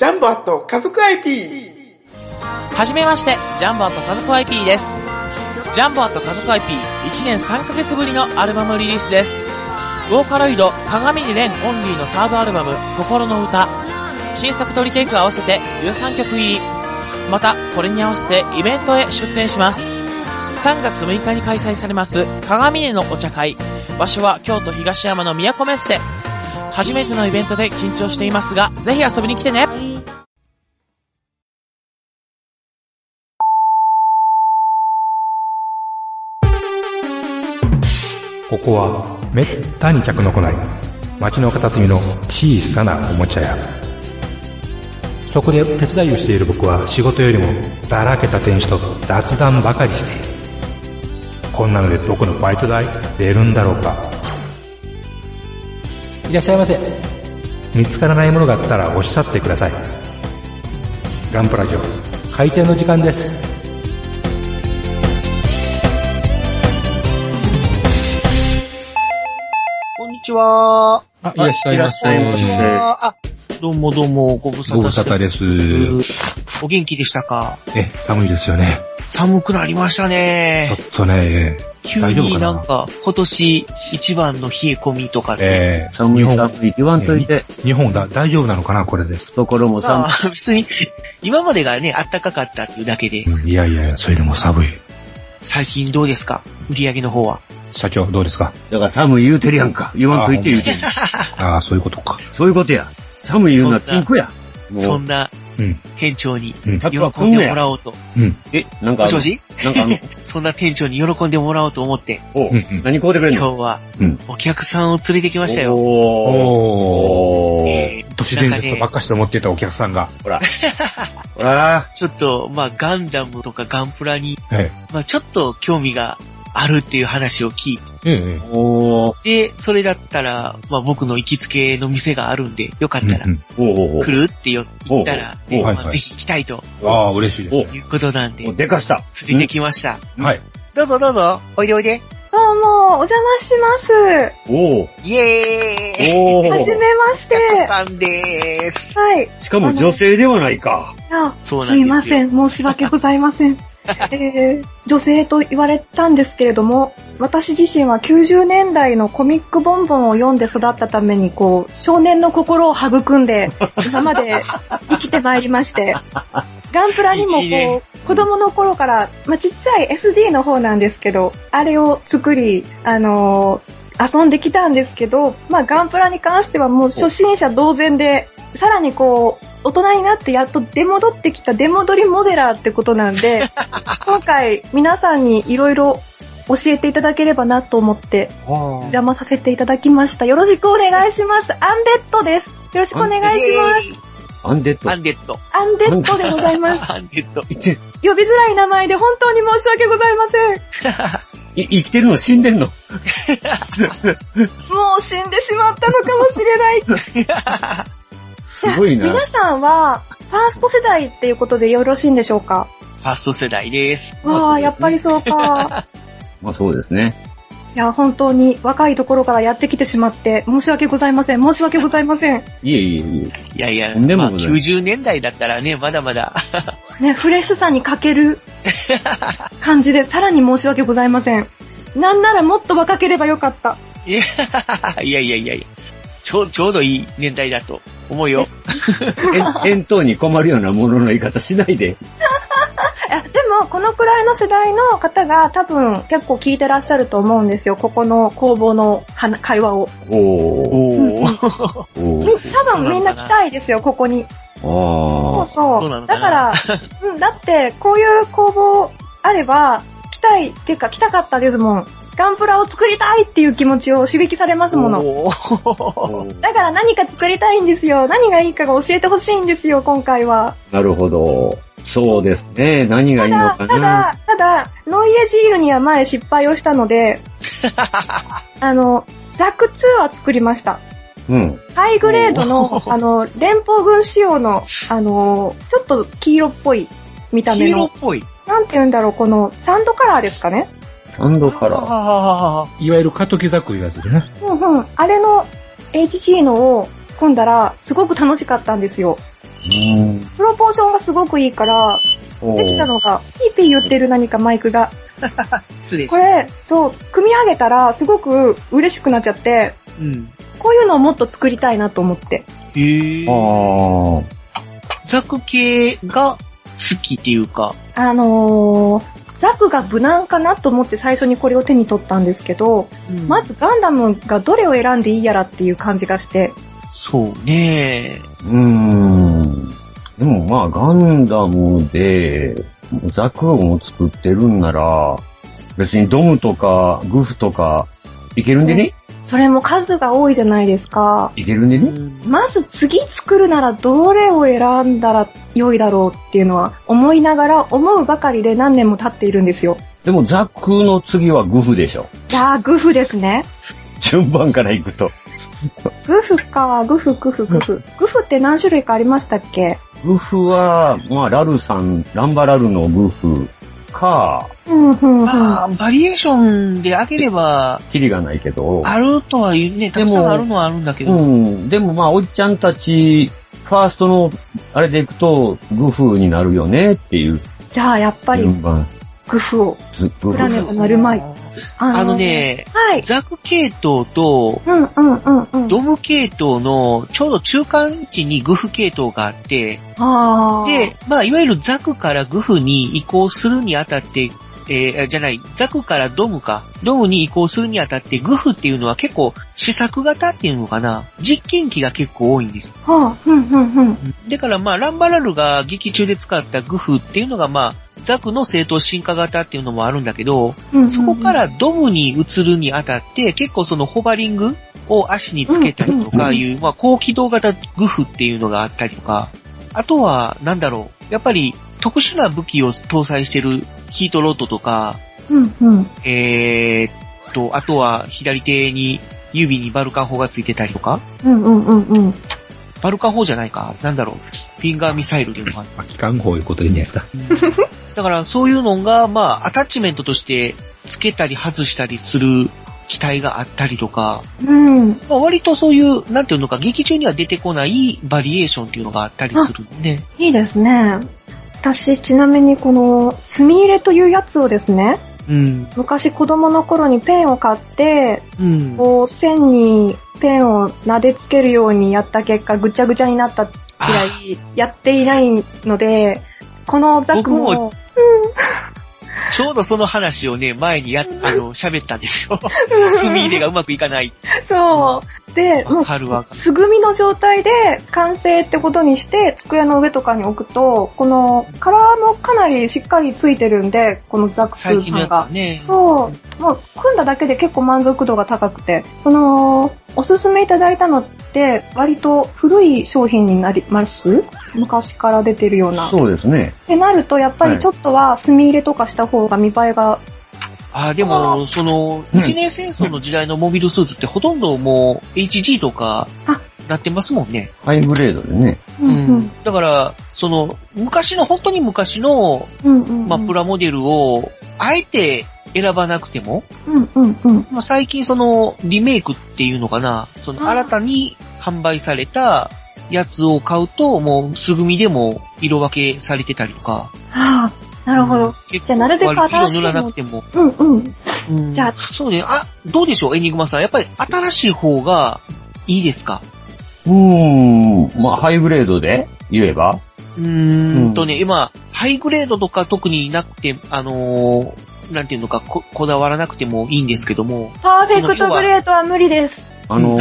ャンボアット家族 IP! はじめまして、ジャンボアット家族 IP です。ジャンボアット家族 IP、1年3ヶ月ぶりのアルバムリリースです。ボーカロイド、鏡に蓮オンリーのサードアルバム、心の歌。新作トリテイク合わせて13曲入り。また、これに合わせてイベントへ出展します。3月6日に開催されます、鏡根のお茶会。場所は京都東山の都メッセ。初めてのイベントで緊張していますが、ぜひ遊びに来てねここはめったに客の来ない町の片隅の小さなおもちゃ屋そこで手伝いをしている僕は仕事よりもだらけた店主と雑談ばかりしているこんなので僕のバイト代出るんだろうかいらっしゃいませ見つからないものがあったらおっしゃってくださいガンプラジオ開店の時間ですこんにちは。あ、いらっしゃいませ。こんにちはあ、どうもどうも、ご無沙ご無汰し沙て汰まですす。お元気でしたかえ寒いですよね寒くなりましたちょねっ。とね急大丈夫にかななんか、今年一番の冷え込みとかで。えー寒い寒い言わんといて、日本だ、大丈夫なのかなこれで。懐もま寒あ、別に、今までがね、暖かかったっていうだけで、いやいやいや、それでも寒い。最近どうですか売り上げの方は。社長、どうですかい。だから寒い言うてるやんか。言わんといて言うてる。ああ、そういうことか。そういうことや。寒い言うのはピンクや。もそう、んなうん、店長にうん喜んでもらおうと。うん、え、なんかもあしのも、しなんかあの、そんな店長に喜んでもらおうと思って、おううんうん何買うてくれん今の日はうん。お客さんを連れてきましたよ。おー。おー。おーえー都市伝説ばっかしと思ってたお客さんが。ほら。ほら。ちょっと、まあ、ガンダムとかガンプラに、えまあ、ちょっと興味があるっていう話を聞いえ。えおー。て、それだったら、まあ、僕の行きつけの店があるんで、よかったらえ。おーおーおー来るってよ言ったら、おうおうねまはいあはいぜひ来たいとああ、嬉しいですね。いうことなんで、お連でかした。れてきました。はい。どうぞどうぞ、おいでおいで。どうも、お邪魔します。おー。イエーイおはじー。めまして。たくさんでーす。はい。しかも女性ではないか。あそうなすんいでますよ。せん。申し訳ございませ ん。えー女性と言われたんですけれども、私自身は90年代のコミックボンボンを読んで育ったために、こう、少年の心を育んで、今まで生きてまいりまして、ガンプラにもいいねこう、子供の頃から、まあ、ちっちゃい SD の方なんですけど、あれを作り、あのー遊んできたんですけど、まあ、ガンプラに関してはもう初心者同然で、さらにこう、大人になってやっと出戻ってきた出戻りモデラーってことなんで、 今回皆さんにいろいろ教えていただければなと思って邪魔させていただきました。よろしくお願いします。アンデッドです。よろしくお願いします。イエーイアンデッドア。ンデッド。アンデッドでございます。アンデッド。いて、呼びづらい名前で本当に申し訳ございません。い生きてるの死んでんのもう死んでしまったのかもしれ ない。すご いな皆。さんは、ファースト世代っていうことでよろしいんでしょうかファースト世代です。まあそうですねわあ、やっぱりそうか。 まあそうですね。いや、本当に若いところからやってきてしまって、申し訳ございません。申し訳ございません。いえいえいえ。いやいや、とんでもまごあざいません90年代だったらね、まだまだ ね、フレッシュさに欠 ける感じで、さらに申し訳ございません。なんならもっと若ければよかった。いやいやいやいや。ちょう、ちょうどいい年代だと思うよ。え遠投に困るようなものの言い方しないで。あでも、このくらいの世代の方が多分結構聞いてらっしゃると思うんですよ。ここの工房の話会話を。おおー。お。お多ー。分みんな来たいですよ、ここに。あそあう。そそうう。なのかだかなら、 うん、だって、こういう工房あれば、来たい、っていうか来たかったですもん。ガンプラを作りたいっていう気持ちを刺激されますもの。おーだから何か作りたいんですよ。何がいいかが教えてほしいんですよ、今回は。なるほど。そうですね。何がたいいのだ、かたな。だ、ただ、ノイエジールには前失敗をしたの で、あの、ザック2は作りました。うん。ハイグレードの、おあの、連邦軍仕様の、あの、ちょっと黄色っぽい見た黄目色のっ、ぽい。なんて言うんだろう、この、サンドカラーですかねサンドカラー。あいわゆるカトキザクいうやつでね。うんうん。あれの HG のを組んだら、すごく楽しかったんですよ。ーうん。プロポーションがすごくいいから、できたのが、ピーピー言ってる何かマイクが。失礼しこましれ、そう、組み上げたらすごく嬉しくなっちゃって、た。うん。こういうのをもっと作りたいなと思って。へぇー。あザク系が好きっていうか。あのー、ザクが無難かなと思って最初にこれを手に取ったんですけど、うんまずガンダムがどれを選んでいいやらっていう感じがして、そうねあ。うん。でもまあ、ガンダムで、ザクロンを作ってるんなら、別にドムとか、グフとか、いけるんでねそれも数が多いじゃないですか。いけるんでねまず次作るならどれを選んだら良いだろうっていうのは思いながら思うばかりで何年も経っているんですよ。でもザクの次はグフでしょ。いやー、グフですね。順番から行くと。グフか、グフ、グフ、グフ。グフって何種類かありましたっけグフは、まあ、ラルさん、ランバラルのグフか、うん、うん、うん。まあ、バリエーションであげれば、キリがないけど、あるとは言うね、たくさんあるのはあるんだけうど。ん、でもまあ、おっちゃんたち、ファーストの、あれで行くと、グフになるよねっていうじゃあやっぱり順番。グフを。ずグ作らねフ。ばなるまい。ああの。ね、はい。ザク系統と、うん、うん、うん、うん。ドム系統のちょうど中間位置にグフ系統があって、あーで、まあ、いわゆるザクからグフに移行するにあたって、えーじゃない、ザクからドムか。ドムに移行するにあたって、グフっていうのは結構試作型っていうのかな。実験機が結構多いんです。はあ、うん、うん、うん。だからまあ、ランバラルが劇中で使ったグフっていうのがまあ、ザクの正当進化型っていうのもあるんだけど、うんうんそこか、らドムに移るにあたって、結構そのホバリングを足につけたりとかいう、まあ高機動型グフっていうのがあったりとか、あとは、なんだろう、やっぱり特殊な武器を搭載してるヒートロッドとか、うん、うん。えー、っと、あとは左手に指にバルカン砲がついてたりとか、うん、うん、うん、うん。バルカン砲じゃないか、なんだろう、フィンガーミサイルっていうのか な。まあ、機関砲いうことでいいんじゃないですか。だからそういうのが、まあ、アタッチメントとして付けたり外したりする機体があったりとか、うん。まあ、割とそういう、なんていうのか、劇中には出てこないバリエーションっていうのがあったりするんで、いいですね。私、ちなみにこの、墨入れというやつをですね、うん、昔子供の頃にペンを買って、うん。こう、線にペンを撫でつけるようにやった結果、ぐちゃぐちゃになったくらあい、やっていないので、このザ僕クも、ちょうどその話をね、前にやっ、あの、喋ったんですよ。 墨入れがうまくいかない。 そう。で、もわう、かるわかる。素組みの状態で完成ってことにして、机の上とかに置くと、このカラーもかなりしっかりついてるんで、このザクス最近のーやつパはが。ね。そう。もう、組んだだけで結構満足度が高くて、その、おすすめいただいたのって、割と古い商品になります昔から出てるような。っそうですね。てなると、やっぱりちょっとは墨入れとかした方が見栄えが、ああ、でも、その、うん一年戦争の時代のモビルスーツってほとんどもう、HG とかあ、なってますもんね。ハイブレードでね。ううん。だから、その、昔の、本当に昔の、うんうん。まあ、プラモデルを、あえて選ばなくても、うんうんうん。まあ、最近そのリメイクっていうのかな、そのあ新たに販売されたやつを買うと、もう素組みでも色分けされてたりとか。ああ、なるほうんど。。結じゃあなるべく割と新しい色塗のらなくても。うんうん。うんじゃあそうね。あ、どうでしょう、エニグマさん。やっぱり新しい方がいいですかうーん。まあ、ハイブレードで言えばうーんとね、今、ハイグレードとか特になくて、あのーなんていうのかこ、こだわらなくてもいいんですけども、パーフェクトグレートは無理です。あの、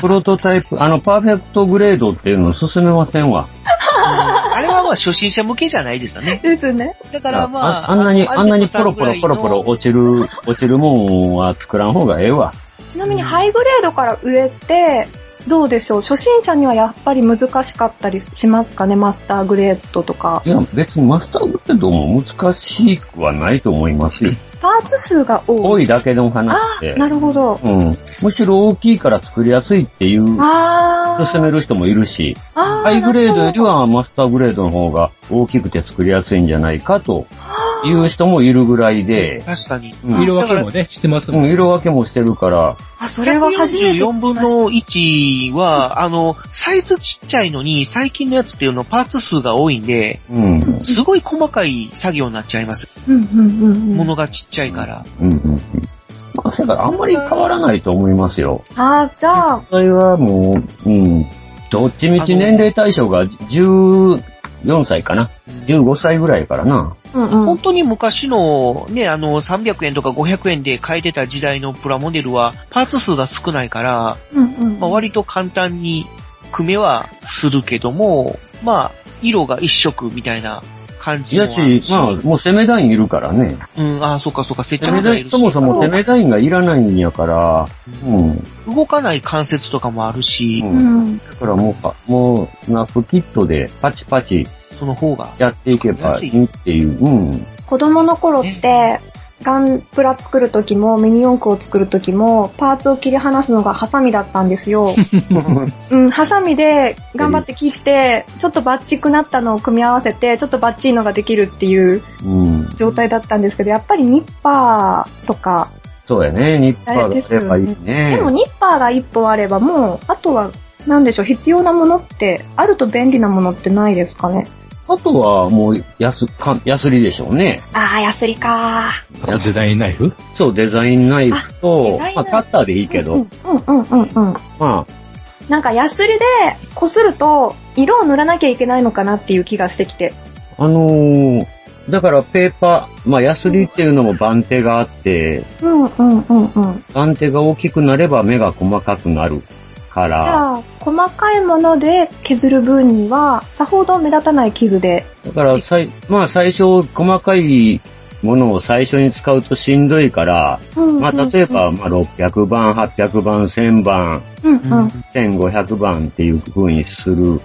プロトタイプ、あの、パーフェクトグレードっていうのを進めませんわ。うんあれはまあ初心者向けじゃないですよね。 ですね。だからまあ、あんなに、あんなにポロポあロのポロポロ落ちる、落ちるもんは作らん方がええわ。ちなみにハイグレードから上って、どうでしょう初心者にはやっぱり難しかったりしますかねマスターグレードとかい。や、別にマスターグレードも難しくはないと思いますよ。パーツ数が多多い。いだけの話あであ、。なるほど。うん。むしろ大きいから作りやすいっていう、あ進める人もいるし、あ。ああハイグレードよりはマスターグレードの方が大きくて作りやすいんじゃないかという人もいるぐらいで、確かに。うん色分けもね、してますうもんんね。色分けもしてるから、あ、それは初めて。 144分の1は、あの、サイズちっちゃいのに、最近のやつっていうのはパーツ数が多いんで、うん、うん、すごい細かい作業になっちゃいます。うんうんうんもうん。のがちっちゃいから。うん、うん。まあ、だからあんまり変わらないと思いますよ。ああ、じゃあ、それはもう、うん、どっちみち年齢対象が14歳かな。15歳ぐらいからな。うんうん。本当に昔のね、あの、300円とか500円で買えてた時代のプラモデルは、パーツ数が少ないから、うんうん。まあ、割と簡単に組めはするけども、まあ、色が一色みたいな感いじもあやるし、し。まあ、もう攻め団員いるからね。うん、ああ、そうかそうか、接攻着め剤団いる員し。そもそも攻め団員がいらないんやから、うん。動かない関節とかもあるし、ううんん。だからもうか、もう、スナップキットでパチパチその方が。やっていけばいいっていう。うん。子供の頃って、ガンプラ作る時も、ミニ四駆を作る時も、パーツを切り離すのがハサミだったんで すよ。うん、ハサミで頑張って切って、ちょっとバッチくなったのを組み合わせて、ちょっとバッチいのができるっていううん。状態だったんですけど、やっぱりニッパーとか、そうやね。ニッパーがすればいいね。でもニッパーが一本あればもう、あとは、なんでしょう、必要なものって、あると便利なものってないですかね。あとはもう、やす、か、やすりでしょうね。あー、ヤスリかあとデザインナイフそう、デザインナイフあデとザインナイ、フまあ、カッターでいいー。けど、うんうんうんうんうん。まあ、なんかヤスリで擦ると、色を塗らなきゃいけないのかなっていう気がしてきて。あのー、だからペーパー、まあ、ヤスリっていうのも番手があって、うんうんうんうん。番手が大きくなれば目が細かくなるかじら、ゃあ、細かいもので削る分には、さほど目立たない傷で。だからさい、まあ、最初、細かいものを最初に使うとしんどいから、まあ、例えば、、まあ、600番、800番、1000番、うんうん。 1500番っていう風にする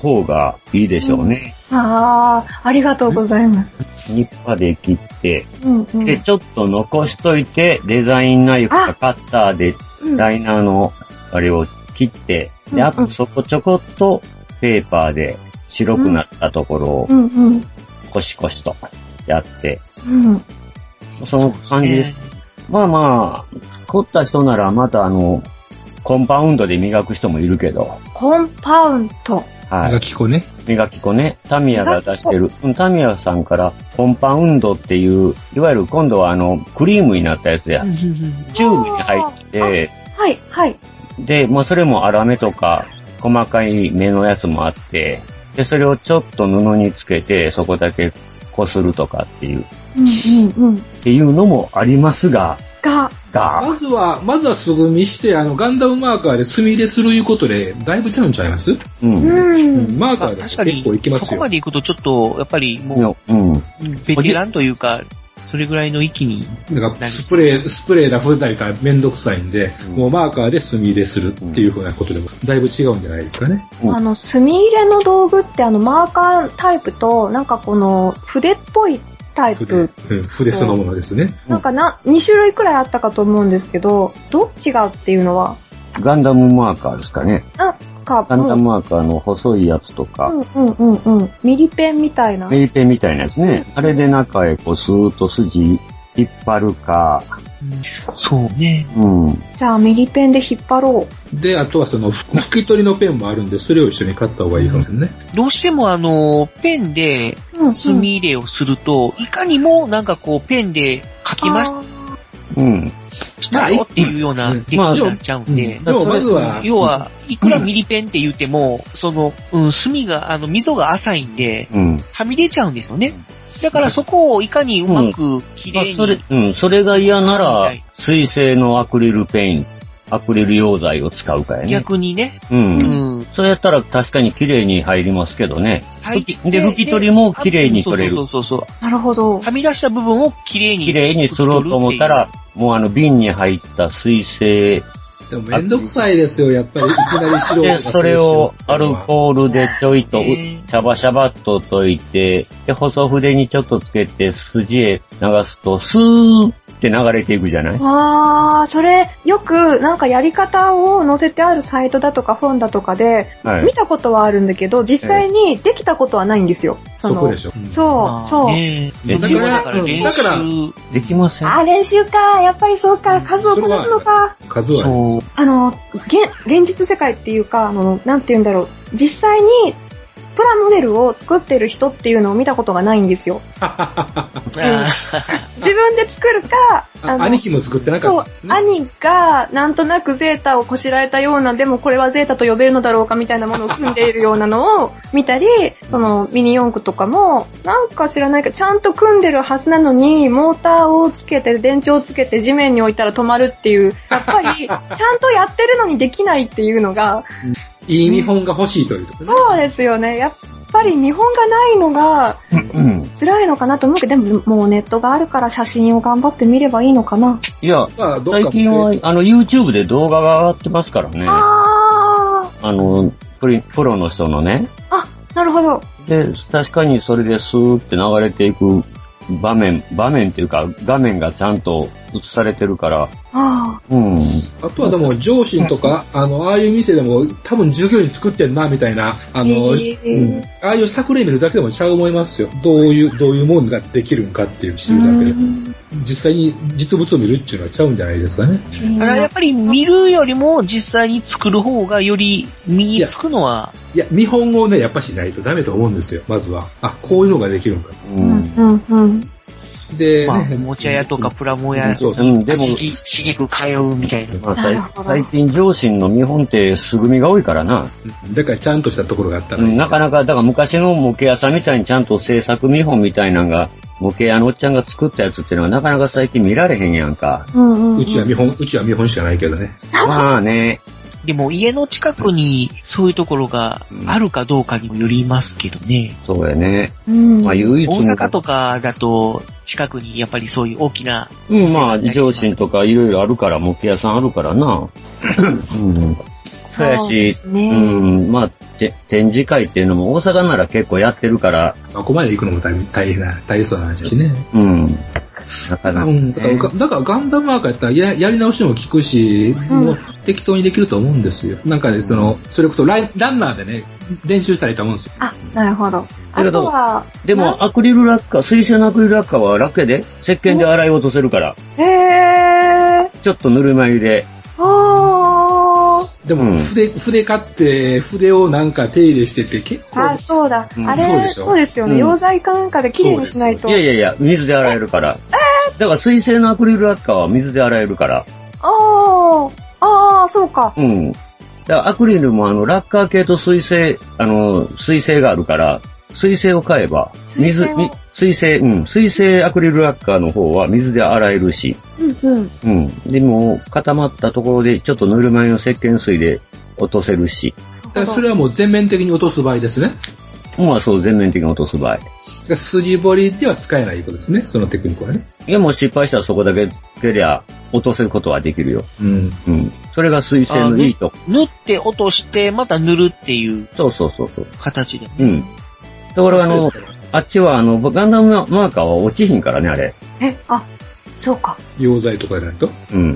方がいいでしょうね。ああ、ありがとうございます。ニッパで切って、うんうん。で、ちょっと残しといて、デザインナイフかカッターでうんライナーのあれを切って、うんで、あとそこちょこっとペーパーで白くなったところをうんうん。コシコシとやって、うん。その感じです。まあまあ、凝った人ならまたあの、コンパウンドで磨く人もいるけど、コンパウント。はがい。き粉ね。磨き粉ね、タミヤが出してる、うんタミヤさんからコンパウンドっていう、いわゆる今度はあの、クリームになったやつや、チューブに入って、はい、はい。で、まあ、それも粗めとか、細かい目のやつもあって、で、それをちょっと布につけて、そこだけこするとかっていう、うんうんうん。っていうのもありますが、が、が、まずは、まずは素組みして、あの、ガンダムマーカーで墨入れするいうことで、だいぶちゃうんちゃいます、う。うんん。マーカまあーだ確とか結に構いき、まそすこよ。まで行くとちょっと、やっぱりものうん。う、ベテランというか、それぐらいの域に、なんかスプレー、スプレーだ、振ったりかめんどくさいんで、うんもうマーカーで墨入れするっていうふうなことでも、だいぶ違うんじゃないですかね。あの、墨入れの道具って、あの、マーカータイプと、なんかこの、筆っぽいタイ筆、うプん、筆そのものですね。なんかな、2種類くらいあったかと思うんですけど、どっちがっていうのは、ガンダムマーカーですかね。なんか、ガンダムマーカーの細いやつとか、うんうんうんうん。ミリペンみたいな。メリペンみたいなやつね。あれで中へこう、スーッと筋引っ張るか、そうね。うん。じゃあ、ミリペンで引っ張ろう。で、あとはその、ふ拭き取りのペンもあるんで、それを一緒に買った方がいいかもしれないね。どうしてもあの、ペンでうん、うん。墨入れをすると、いかにもなんかこう、ペンで書きまうん。したよっていうようなうん出来になっちゃうんでで、もまずは、要は、いくらミリペンって言っても、その、うん、墨が、あの、溝が浅いんで、うん。はみ出ちゃうんですよね。だからそこをいかにうまく、綺まあ麗に。それ、うん、それが嫌なはらい、水性のアクリルペイン、アクリル溶剤を使うかやね。逆にね、う。うんん、それやったら確かに綺麗に入りますけどね。入ってで、拭き取りも綺麗に取れるそ。うそうそうそう。なるほど。はみ出した部分を綺麗に。綺麗にすると思ったら、もうあの瓶に入った水性でもめんどくさいですよ、やっぱり。いきなり白で、それをアルコールでちょいと、えシーャバシャバっと溶いて、で、細筆にちょっとつけて筋へ流すと、スーって流れていくじゃないわー、それ、よく、なんかやり方を載せてあるサイトだとか本だとかで、は見い。たことはあるんだけど、実際にできたことはないんですよ。そそこので、しょ。そう、そう。ねええそれはだからだから練習だからできません。あ、練習か。やっぱりそうか。数をこなすのか。数はあります。あの、現、現実世界っていうか、あの、なんて言うんだろう。実際に、プラモデルを作ってる人っていうのを見たことがないんですよ。あ自分で作るか、あ兄貴も作ってなかそっうたです、ね。兄がなんとなくゼータをこしらえたような、でもこれはゼータと呼べるのだろうかみたいなものを組んでいるようなのを見たり、そのミニ四駆とかも、なんか知らないけど、ちゃんと組んでるはずなのに、モーターをつけて、電池をつけて地面に置いたら止まるっていう、やっぱり、ちゃんとやってるのにできないっていうのが、いい見本が欲しいということですね。そうですよね。やっぱり見本がないのがうん。辛いのかなと思うけど、でももうネットがあるから写真を頑張って見ればいいのかな。いや、まあ、どっか最近は、あの、YouTube で動画が上がってますからね。ああの、プリプロの人のね。ー、なるほど。で、確かにそれでスーって流れていく場面、場面っていうか、画面がちゃんと映されてるから、あうん。あとはでも、上司とか、あの、ああいう店でも、多分従業員作ってんな、みたいな、ああの、うんああいう作例見るだけでもちゃう思いますよ。どういう、どういうもんができるんかっていう知るだけで。実際に実物を見るっていうのはちゃうんじゃないですかね。うんだからやっぱり見るよりも実際に作る方がより身につくのはいや、見本をね、やっぱしないとダメと思うんですよ、まずは。あ、こういうのができるんか。う。うんんうんで、まあ、ねおもちゃ屋とかプラモ屋、そううそう。ん、でも、足ぎしげく通うみたいな。まあ、なる最ほど最近上司の見本って素組みが多いからな。だからちゃんとしたところがあったうら。ん、なかなか、だから昔の模型屋さんみたいにちゃんと制作見本みたいなのが、模型屋のおっちゃんが作ったやつっていうのはなかなか最近見られへんやんか。うんうん。うちは見本、うちは見本しかないけどね。 まあね、でも家の近くにそういうところがあるかどうかにもよりますけどね。そうやね。うんまあ唯一大の阪とかだと近くにやっぱりそういう大きな、うん、まあ、上司とかいろいろあるから、模型屋さんあるか らな。うん。そうやし、そううねん、まあ、て展示会っていうのも大阪なら結構やってるから、そこまで行くのも大変大変な、大変そうな話だしね。うん。なかなかう。ん、だからが、だからガンダムワーカーやったらややり直しも効くし、うんもう適当にできると思うんですよ。なんかね、その、それこそライランナーでね、練習したらいいと思うんですよ。あ、なるほど。けあれどとは、でも、アクリル落下、水性のアクリル落下は楽やで、石鹸で洗い落とせるから、へえちょっとぬるま湯で、ー、おー。でも、うん筆、筆買って、筆をなんか手入れしてて、結構あ、、そうだう。んあそうでれ、しょそうですようんね。溶剤かなんかで綺麗にしないと。いやいやいや、水で洗えるから。だから、水性のアクリル落下は水で洗えるから。おー。あー、そうか。うん。だからアクリルもあの、ラッカー系と水性、あの、水性があるから、水性を買えば、水、水性をみ水性、うん、水性アクリルラッカーの方は水で洗えるし、うんうん。うん。でも、固まったところで、ちょっとぬるま湯の石鹸水で落とせるし、だからそれはもう全面的に落とす場合ですね。だかまあそう、全面的に落とす場合。ら筋彫りでは使えないことですね、そのテクニックはね。いや、もう失敗したらそこだけ手では落とせることはできるよ。うん。うん。それが水性のいいとこ。縫って落としてまた塗るっていうそうそうそうそう。形で。うん。ところがあの、あっちはあの、ガンダムマーカーは落ちひんからね、あれ。え、あ、そうか。溶剤とかじゃないと。うん。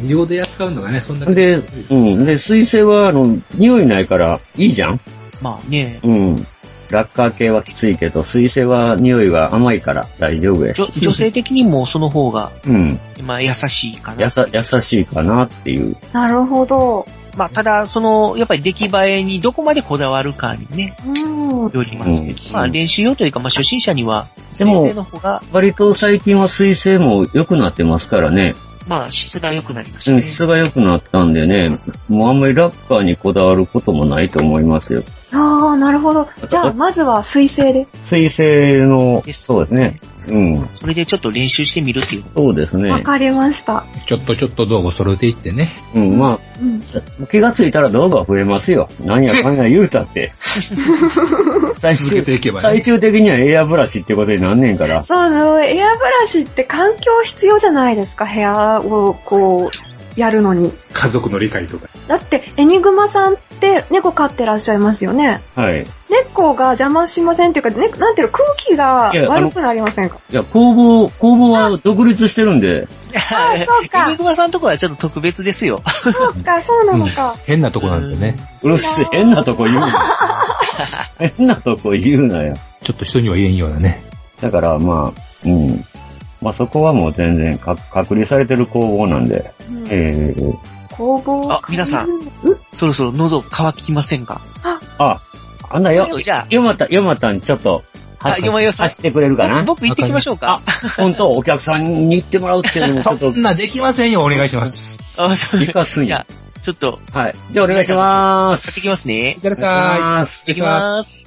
利用で扱うのがね、そんなにで、うん。で、水性は、あの、匂いないから、いいじゃんまあね、うん。ラッカー系はきついけど、水性は匂いが甘いから大丈夫や女し。女性的にもその方が、うん。まあ優しいかなや。さ、優しいかなっていう。なるほど。まあただ、その、やっぱり出来栄えにどこまでこだわるかにね、うん。よりますね。うんまあ練習用というか、まあ初心者には、で先も生の方が、割と最近は水性も良くなってますからね。まあ質が良くなりましたうんね。質が良くなったんでね、もうあんまりラッカーにこだわることもないと思いますよ。あー、なるほど。じゃあ、まずは水性で。水性の、ですそうですね。うん。それでちょっと練習してみるっていう。そうですわね。かりました。ちょっとちょっと道具揃えていってね。うん、まあ、うん。気がついたら道具は増えますよ。何やかんや言うたって。最続け終ていけばね。最終的にはエアブラシってことになんねんから。そうそう、エアブラシって環境必要じゃないですか、部屋をこう、やるのに。家族の理解とか。だって、エニグマさんって猫飼ってらっしゃいますよね。はい。い猫が邪魔しませんっていうか、ね、なんていうの、空気がいやあの悪くなりませんかや、工房、工房は独立してるんで、そうかエニグマさんのとこはちょっと特別ですよ。そうか、そうなのか。変なとそこなんだよね。。うるせえ、変なとこ言うな。変なとこ言うなよ。ちょっと人には言えんようなね。だからまあ、うん。まあそこはもう全然か隔離されてる工房なんで、ええ工房。あ皆さん そろそろ喉乾きませんかあ、あんなちよょっ、とじゃよまた、よまたんちょっと、あ、あ、走よまよさん走。ってくれるかな僕僕行ってきましょうか。本当、お客さんに行ってもらうっていうのもちょっそとん、なできませんよ、お願いします。 あ、そう行かすんいやや。ちょっと、はい。じゃあお願いしま買す。ってきますね。ってらっしお願いゃしい。ます。行ってきます。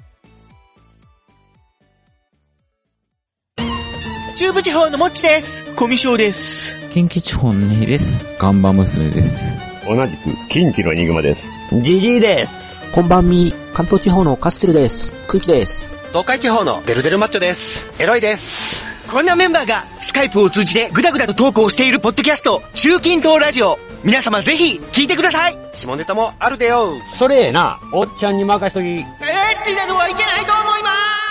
中部地方のもっちです。コミショです。近畿地方のネヒです。ガンバ娘です。同じく、近畿のエニグマです。ジジイです。こんばんみ、関東地方のカステルです。空気です。東海地方のデルデルマッチョです。エロいです。こんなメンバーが、スカイプを通じてグダグダとトークをしているポッドキャスト、中近東ラジオ。皆様ぜひ、聞いてください。エ下ネタもあるでよ。それえな、おっちゃんに任しとき。ッチなのはいけないと思います。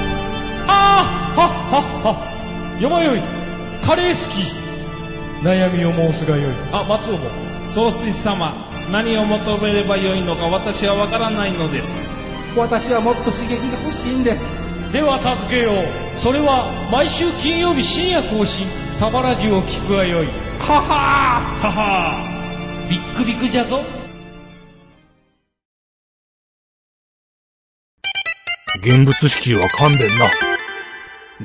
あーはっはっはよまよいカレー好き悩みを申すがよいあ松尾も総帥様何を求めればよいのか私はわからないのです私はもっと刺激が欲しいんですでは助けようそれは毎週金曜日深夜更新サバラジュを聞くがよいははーははービックビックじゃぞ現物式は勘弁な。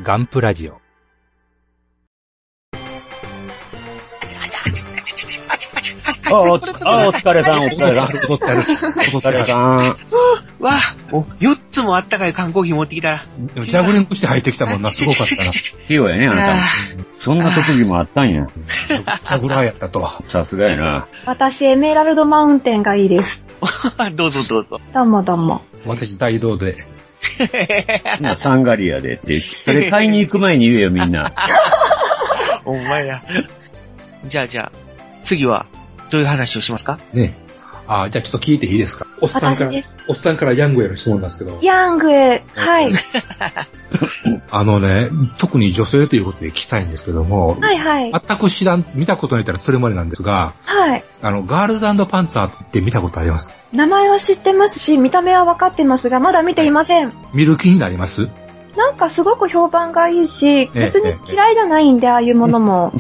ガンプラジオ。あお、あお疲れさん、お疲れさん。お疲れ様お疲れさん。わあ、お、4つもあったかい缶コーヒー持ってきたら。でもジャグリングして入ってきたもん な、すごかったな。ジ器用やね、あなあた。そんな特技もあったんや。ャグラーやったとは。さすがやな。私、エメラルドマウンテンがいいです。ーどうぞどう ぞ。どうもどうも。私大道で。まあ、サンガリアでって。それ買いに行く前に言えよ、みんな。お前や。じゃあじゃあ、次は、どういう話をしますかね。あじゃあちょっと聞いていいですかおっさんか私らで、す。おっさんからヤングへの質問なんですけど。ヤングへ、はい。あのね、特に女性ということで聞きたいんですけども、はいはい。全く知らん、見たことないったらそれまでなんですが、はい。あの、ガールズパンツァーって見たことあります名前は知ってますし、見た目は分かってますが、まだ見ていません。見る気になりますなんかすごく評判がいいし、ええ別に嫌いじゃないんで、ああいうものも。う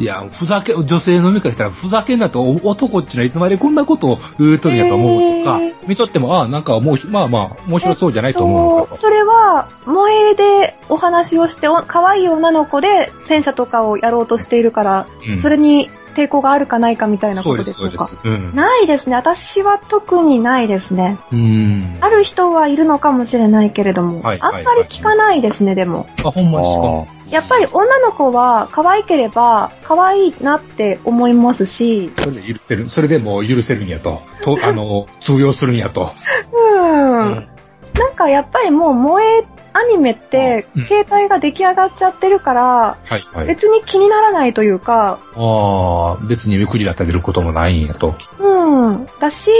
んいや、ふざけ、女性の目からしたらふざけんなと、お男っちゅうのはいつまでこんなことを言うとるんやと思うとか、え見とっても、ああ、なんかもう、まあまあ、面白そうじゃないと思うのかと。そうそれは、萌えでお話をして、お可愛い女の子で戦車とかをやろうとしているから、うんそれに抵抗があるかないかみたいなそこうとで、ですしそょううでか。す。うん。ないですね。私は特にないですね。うん。ある人はいるのかもしれないけれども、はいあんまり聞かないですね、でも。あ、ほんまですか。あやっぱり女の子は可愛ければ可愛いなって思いますし、それで許せる。それでもう許せるんやと。と、あの、 通用するんやと。うん。うんなんかやっぱりもう萌えアニメってうん携帯が出来上がっちゃってるから、はい、はい。別に気にならないというか、ああ、別にゆっくりだったりすることもないんやと。うん。だし、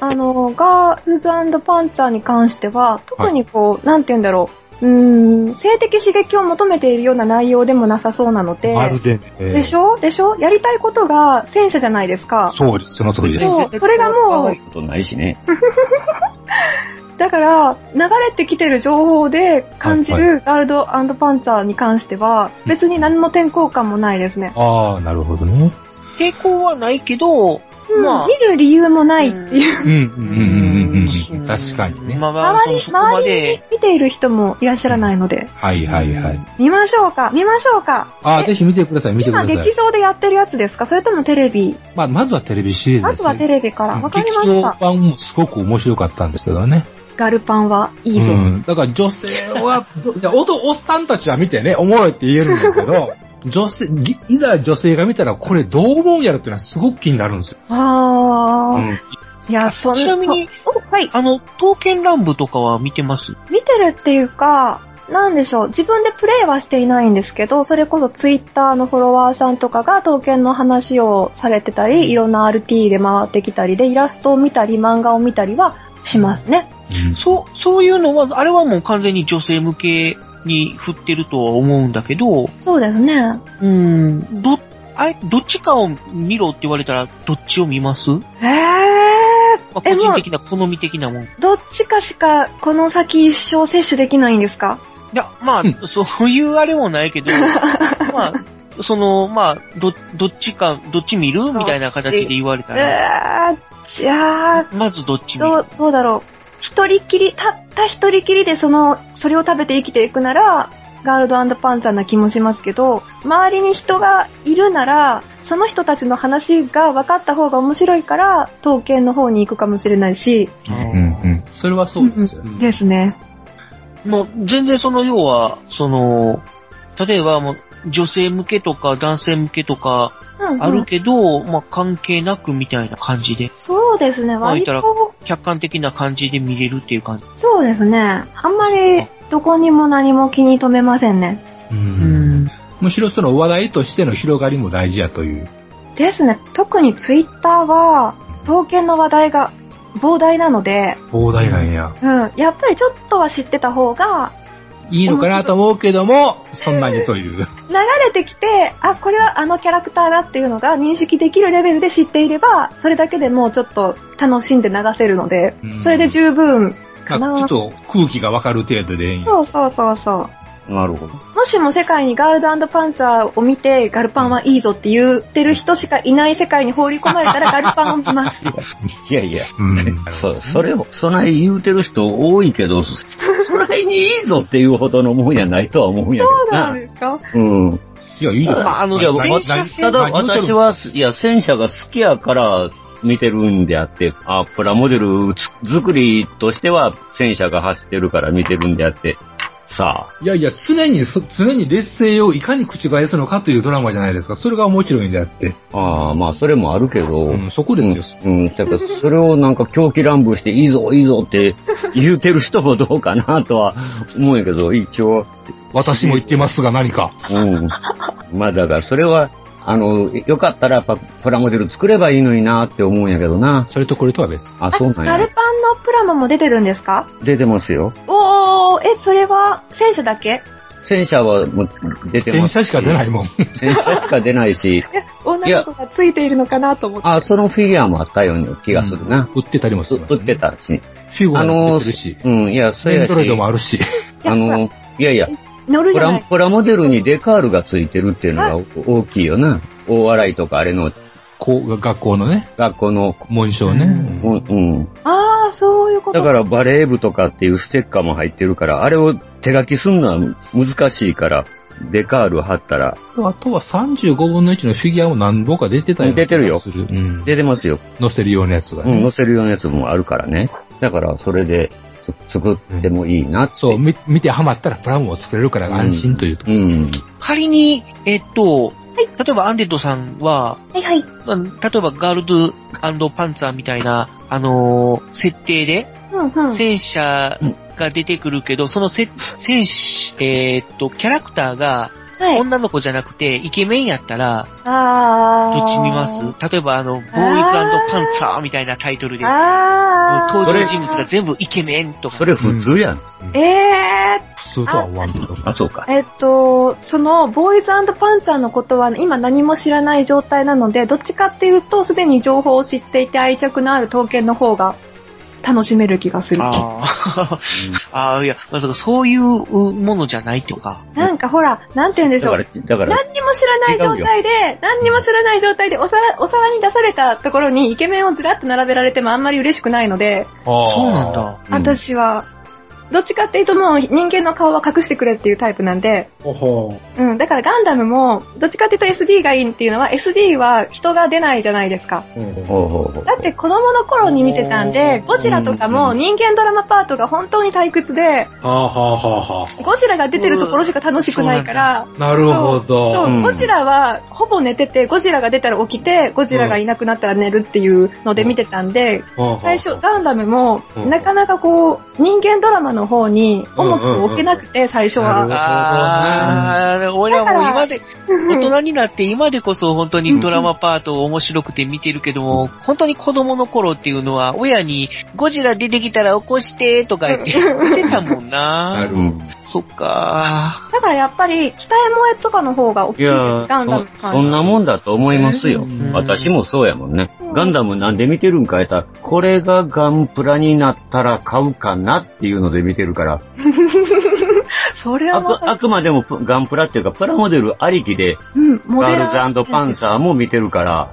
あの、ガールズパンツァーに関しては、特にこう、なんて言うんだろう。うん、性的刺激を求めているような内容でもなさそうなので、まるで、えーでしょでしょやりたいことが戦車じゃないですか。そうです、その通りです。そうそれがもう、ことないしね。だから、流れてきてる情報で感じるガールドパンツァーに関しては、別に何の転校感もないですね。ああ、なるほどね。抵抗はないけど、まうあん、見る理由もないっていう。うん、うん、うん、うんうん。確かにね。まあまあ、周り、そそこま周りにで、見ている人もいらっしゃらないので、はい、はい、はい。見ましょうか、見ましょうか。ああ、ぜひ見てください、見てくだ今、さい。劇場でやってるやつですかそれともテレビまあ、まずはテレビシリーズまでずす、ね。はテレビから。わかりま劇し場た。版もすごく面白かったんですけどね。ガルパンはいいぞ。うん。だから女性は、いやおとおっさんたちは見てね、おもろいって言えるんだけ ど、女性、ぎいざ女性が見たらこれどう思うんやろっていうのはすごく気になるんですよ。あー。ん。いや、そんちなみに、おはい。あの、刀剣乱舞とかは見てます見てるっていうか、なんでしょう。自分でプレイはしていないんですけど、それこそツイッターのフォロワーさんとかが刀剣の話をされてたり、いろんな RT で回ってきたりで、イラストを見たり、漫画を見たりはしますね。そう、そういうのは、あれはもう完全に女性向けに振ってるとは思うんだけど、うそうですね。ーん、どっあえてどっちかを見ろって言われたら、どっちを見ますまえー、あ個え人的な、好み的なもん。いどっちかしかこの先一生摂取できないんですかや、まあ、そういうあれもないけ ど、まあ、その、まあ、ど、どっちか、どっち見るみたいな形で言われうたら、ーじゃあ、まずどっち見るどう、どうだろう。一人きり、たった一人きりでその、それを食べて生きていくなら、ガールドパンツァーな気もしますけど、周りに人がいるなら、その人たちの話が分かった方が面白いから、刀剣の方に行くかもしれないし、それはそうですよ。ですね。もう全然その要は、その、例えばもう女性向けとか男性向けとかうんうんあるけど、まあ関係なくみたいな感じで、そうですね、まあ言割ったらと、客観的な感じで見れるっていう感じ。そうですね。あんまり、どこにも何も気に留めませんね。むしろその話題としての広がりも大事やという。ですね。特にツイッターは、刀剣の話題が膨大なので、膨大なんや。うん、やっぱりちょっとは知ってた方が、いいのかなと思うけども、そんなにという。流れてきて、あ、これはあのキャラクターだっていうのが認識できるレベルで知っていれば、それだけでもうちょっと楽しんで流せるのでうん、それで十分まかあな。ちょっと空気がわかる程度でええんや。そうそうそうそう。なるほど。もしも世界にガールドパンツァーを見て、ガルパンはいいぞって言ってる人しかいない世界に放り込まれた らガルパンを見ます。いやいや、うん、そ、それを、そない言うてる人多いけど、そそないにいいぞっていうほどのもんやないとは思うんやそうけどなんな。ですかうん。いや、いいよ。まああの戦車戦ただ、私は、いや、戦車が好きやから見てるんであって、あ、プラモデルつ作りとしては戦車が走ってるから見てるんであって、さあ、いやいや、常にそ、常に劣勢をいかに覆すのかというドラマじゃないですか。それが面白いんであって。ああ、まあ、それもあるけど。そこですよ。うん、だから、それをなんか狂気乱舞して、いいぞ、いいぞって言うてる人もどうかなとは思うんやけど、一応。私も言ってますが、何か。うん。まあ、だから、それは、あの、よかったらパ、プラモデル作ればいいのになって思うんやけどな。それとこれとは別。あ、そうなんガルや。パンのプラモも出てるんですか出てますよ。おー、え、それは戦車だけ戦車はもう出てます。戦車しか出ないもん。戦車しか出ないし、女の子がついているのかなと思って。あ、そのフィギュアもあったような気がするな。売ってたりもする。売ってたし。フィギュアも出てるし。うん、いや、そうやし。エンドロイドもあるし。あの、いやいや、乗プるじゃなラいプラモデルにデカールがついてるっていうのが大きいよな。大洗とかあれの。こう学校のね。学校の。紋章ね。うん、うん。あー、そういうこと。だからバレー部とかっていうステッカーも入ってるから、あれを手書きするのは難しいから、デカール貼ったら、あとは35分の1のフィギュアも何本か出てたような出気てるよがする。うん。出てますよ。載せるようなやつがね。うん、載せるようなやつもあるからね。だから、それで、つ作ってもいいなって。そう、み見てハマったらプラモを作れるから安心というと。うん。仮に、えっと、例えばアンデッドさんは、はいはい。まあ例えばガールドパンツァーみたいな、あのー設定で、うんうん。戦車が出てくるけど、そのせ戦士、えーっと、キャラクターが、はい女の子じゃなくて、イケメンやったら、あー。どっち見ます例えばあの、ボーイズパンツァーみたいなタイトルで、もうあー。登場人物が全部イケメンとか。それ普通やん。えー、普通とは思わんけど。あ、そうか。えっと、その、ボーイズパンツァーのことは今何も知らない状態なので、どっちかっていうと、すでに情報を知っていて愛着のある刀剣の方が楽しめる気がする。あーあー、いや、まさかそういうものじゃないとか。なんかほら、なんて言うんでしだょかうら。だから、何にも知らない状態で、何にも知らない状態でお皿、お皿に出されたところにイケメンをずらっと並べられてもあんまり嬉しくないので、そうなんだ。私は、どっちかっていうともう人間の顔は隠してくれっていうタイプなんで、ほほうん、だからガンダムも、どっちかっていうと SD がいいっていうのは、SD は人が出ないじゃないですか。ほうほうほう。だって子供の頃に見てたんで、ゴジラとかも人間ドラマパートが本当に退屈で、はあはあはあはゴジラが出てるところしか楽しくないから、あ。なるほど。そう、ゴジラはほぼ寝てて、ゴジラが出たら起きて、ゴジラがいなくなったら寝るっていうので見てたんで、うん最初ガンダムもうん、なかなかこう、人間ドラマの方に重きを置けなくて、最初は。ああ、俺はもう今で、大人になって今でこそ本当にドラマパート面白くて見てるけども、本当に子供の頃っていうのは、親にゴジラ出てきたら起こしてとか言って見てたもんな。なるほど。そっか。だからやっぱり、北へ萌えとかの方が大きいいです。やガンダムその、感じそんなもんだと思いますよ。私もそうやもんね。ガンダムなんで見てるんかやったら、これがガンプラになったら買うかなっていうので見てるから、それあはまくあくまでもプガンプラっていうか、プラモデルありきで、うん、モガデラーールズパンサーも見てるから、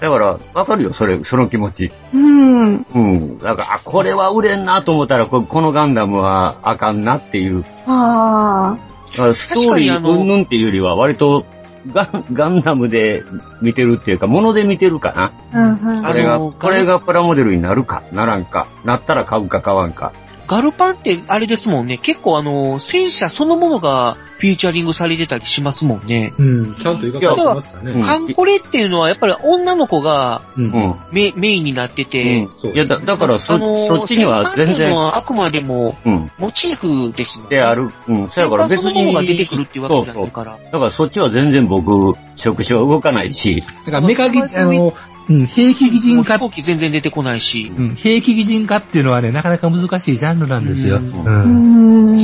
だから、わかるよ、それ、その気持ち。うん。うん。だから、あ、これは売れんなと思ったら、ここのガンダムはあかんなっていう。あだからストーリーうんぬんっていうよりは、割とガン、ガンダムで見てるっていうか、もので見てるかな。あ。うんうん。これが、これがプラモデルになるか、ならんか、なったら買うか買わんか。ガルパンってあれですもんね。結構あの、戦車そのものがフィーチャリングされてたりしますもんね。うん、ちゃんと描かれてますよね。カンコレっていうのはやっぱり女の子がうん。メメインになってて、いや、だだからそ、あのーそっちには全戦艦っていう然の。はあくまでも、うん。モチーフですもんね。である。うん。そやから別そのに。ものが出てくるっていうわけじゃないから。そうそうだからそっちは全然僕、職種は動かないし。だから、メカギ、あの、うん、兵器擬人化。飛行機全然出てこないし。うん、兵器擬人化っていうのはね、なかなか難しいジャンルなんですよ。うん。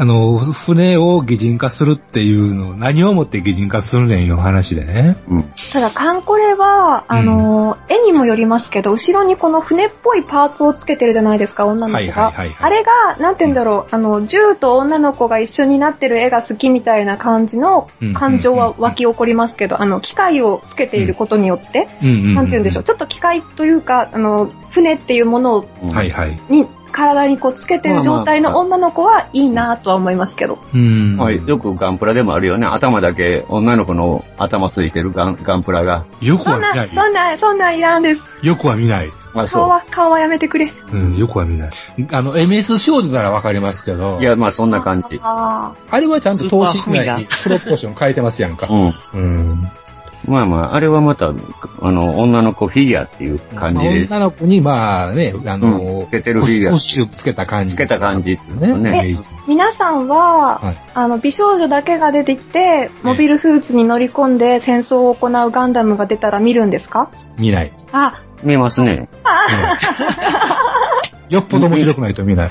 あの、船を擬人化するっていうのを、何をもって擬人化するねんいう話でね。うん。ただ、カンコレは、あのー絵にもよりますけど、後ろにこの船っぽいパーツをつけてるじゃないですか、女の子が。はいはいはいはいあれが、なんて言うんだろう、あの、銃と女の子が一緒になってる絵が好きみたいな感じのうん感情は湧き起こりますけど、あの、機械をつけていることによって、うんうんうんうんなんて言うんでしょう、ちょっと機械というか、あの、船っていうものを、はいはい。に、体にこうつけてる状態の女の子はいいなとは思いますけど。うん。まあ、よくガンプラでもあるよね。頭だけ、女の子の頭ついてるガンガンプラが。よくそんな、そんな、そんなんいらんです。よくは見ない。あ、顔は、顔はやめてくれ。うん、よくは見ない。あの、MS ショートならわかりますけど。いや、まあそんな感じ。ああれはちゃんと投資スーパーフミナ内にプロポーション変えてますやんか。うん。まあまあ、あれはまた、あの、女の子フィギュアっていう感じまあで。女の子に、まあね、あの、つけてるフィギュアコスコスチュームつけた感じ。つけた感じっていうのね。え皆さんは、はいあの、美少女だけが出てきて、モビルスーツに乗り込んで戦争を行うガンダムが出たら見るんですか見ない。あ、見ますね。よっぽど面白くないと見ない。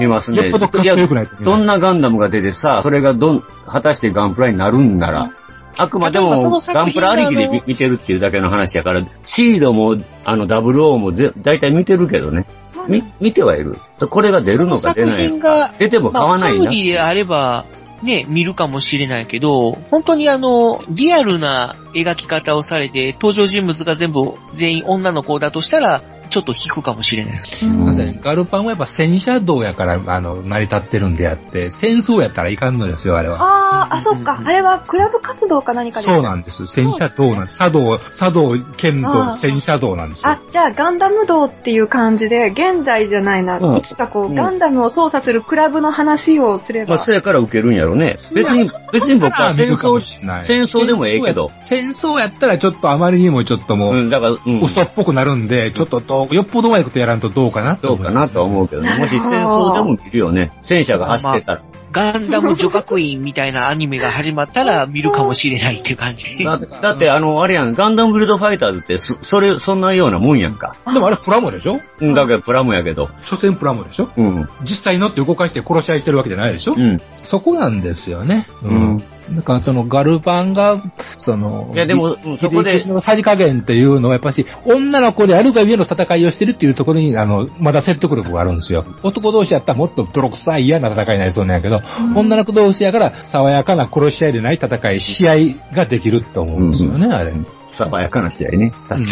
見ますね。よっぽどかっこよくないと見ないやどんなガンダムが出てさ、それがどん、果たしてガンプラになるんなら、あくまで例えばそもの作ガンプ品ラがありきであ見の見てるっていうだけの話やから、シードも、あの、WO もぜ大体見てるけどね。み、見てはいる。これが出るのか出作ない品のか。が、出ても買わないまあ、なパロディであれば、ね、見るかもしれないけど、本当にあの、リアルな描き方をされて、登場人物が全部、全員女の子だとしたら、ちょっと引くかもしれないですけど。まさにガルパンはやっぱ戦車道やから、あの、成り立ってるんであって、戦争やったらいかんのですよ、あれは。あー、あ、そっか。あれはクラブ活動か何かですかそうなんです。戦車道なんです。茶道、茶道、剣あ道、あ戦車道なんですよ。あ、じゃあガンダム道っていう感じで、現代じゃないな。うんいつかこう、うんガンダムを操作するクラブの話をすれまば。あ、そやから受けるんやろね。別に、別に僕は見戦るかもしれな争、い戦争でもええけど。戦争やったらちょっとあまりにもちょっともう、だから、嘘っぽくなるんで、ちょっとどうよっぽどうまいことやらんとどうかなどうかなとは思うけどね。もし戦争でも見るよね。戦車が走ってたら。ガンダム女学院みたいなアニメが始まったら見るかもしれないっていう感 じ。だだって、あの、あれやん、ガンダムビルドファイターズって、そそれ、そんなようなもんやんか。でもあれプラモでしょうん、だけどプラモやけど。所詮プラモでしょうん。実際乗って動かして殺し合いしてるわけじゃないでしょうん。そこなんですよね。うん。だからそのガルパンが、その、いやでもうんそこで秀吉のさじ加減っていうのはやっぱし、女の子であるがゆえの戦いをしてるっていうところに、あの、まだ説得力があるんですよ。男同士やったらもっと泥臭い嫌な戦いになりそうなんやけど、女の子同士やから爽やかな殺し合いでない戦い、試合ができると思うんですよね、あれ。爽やかな試合ね。確かにね。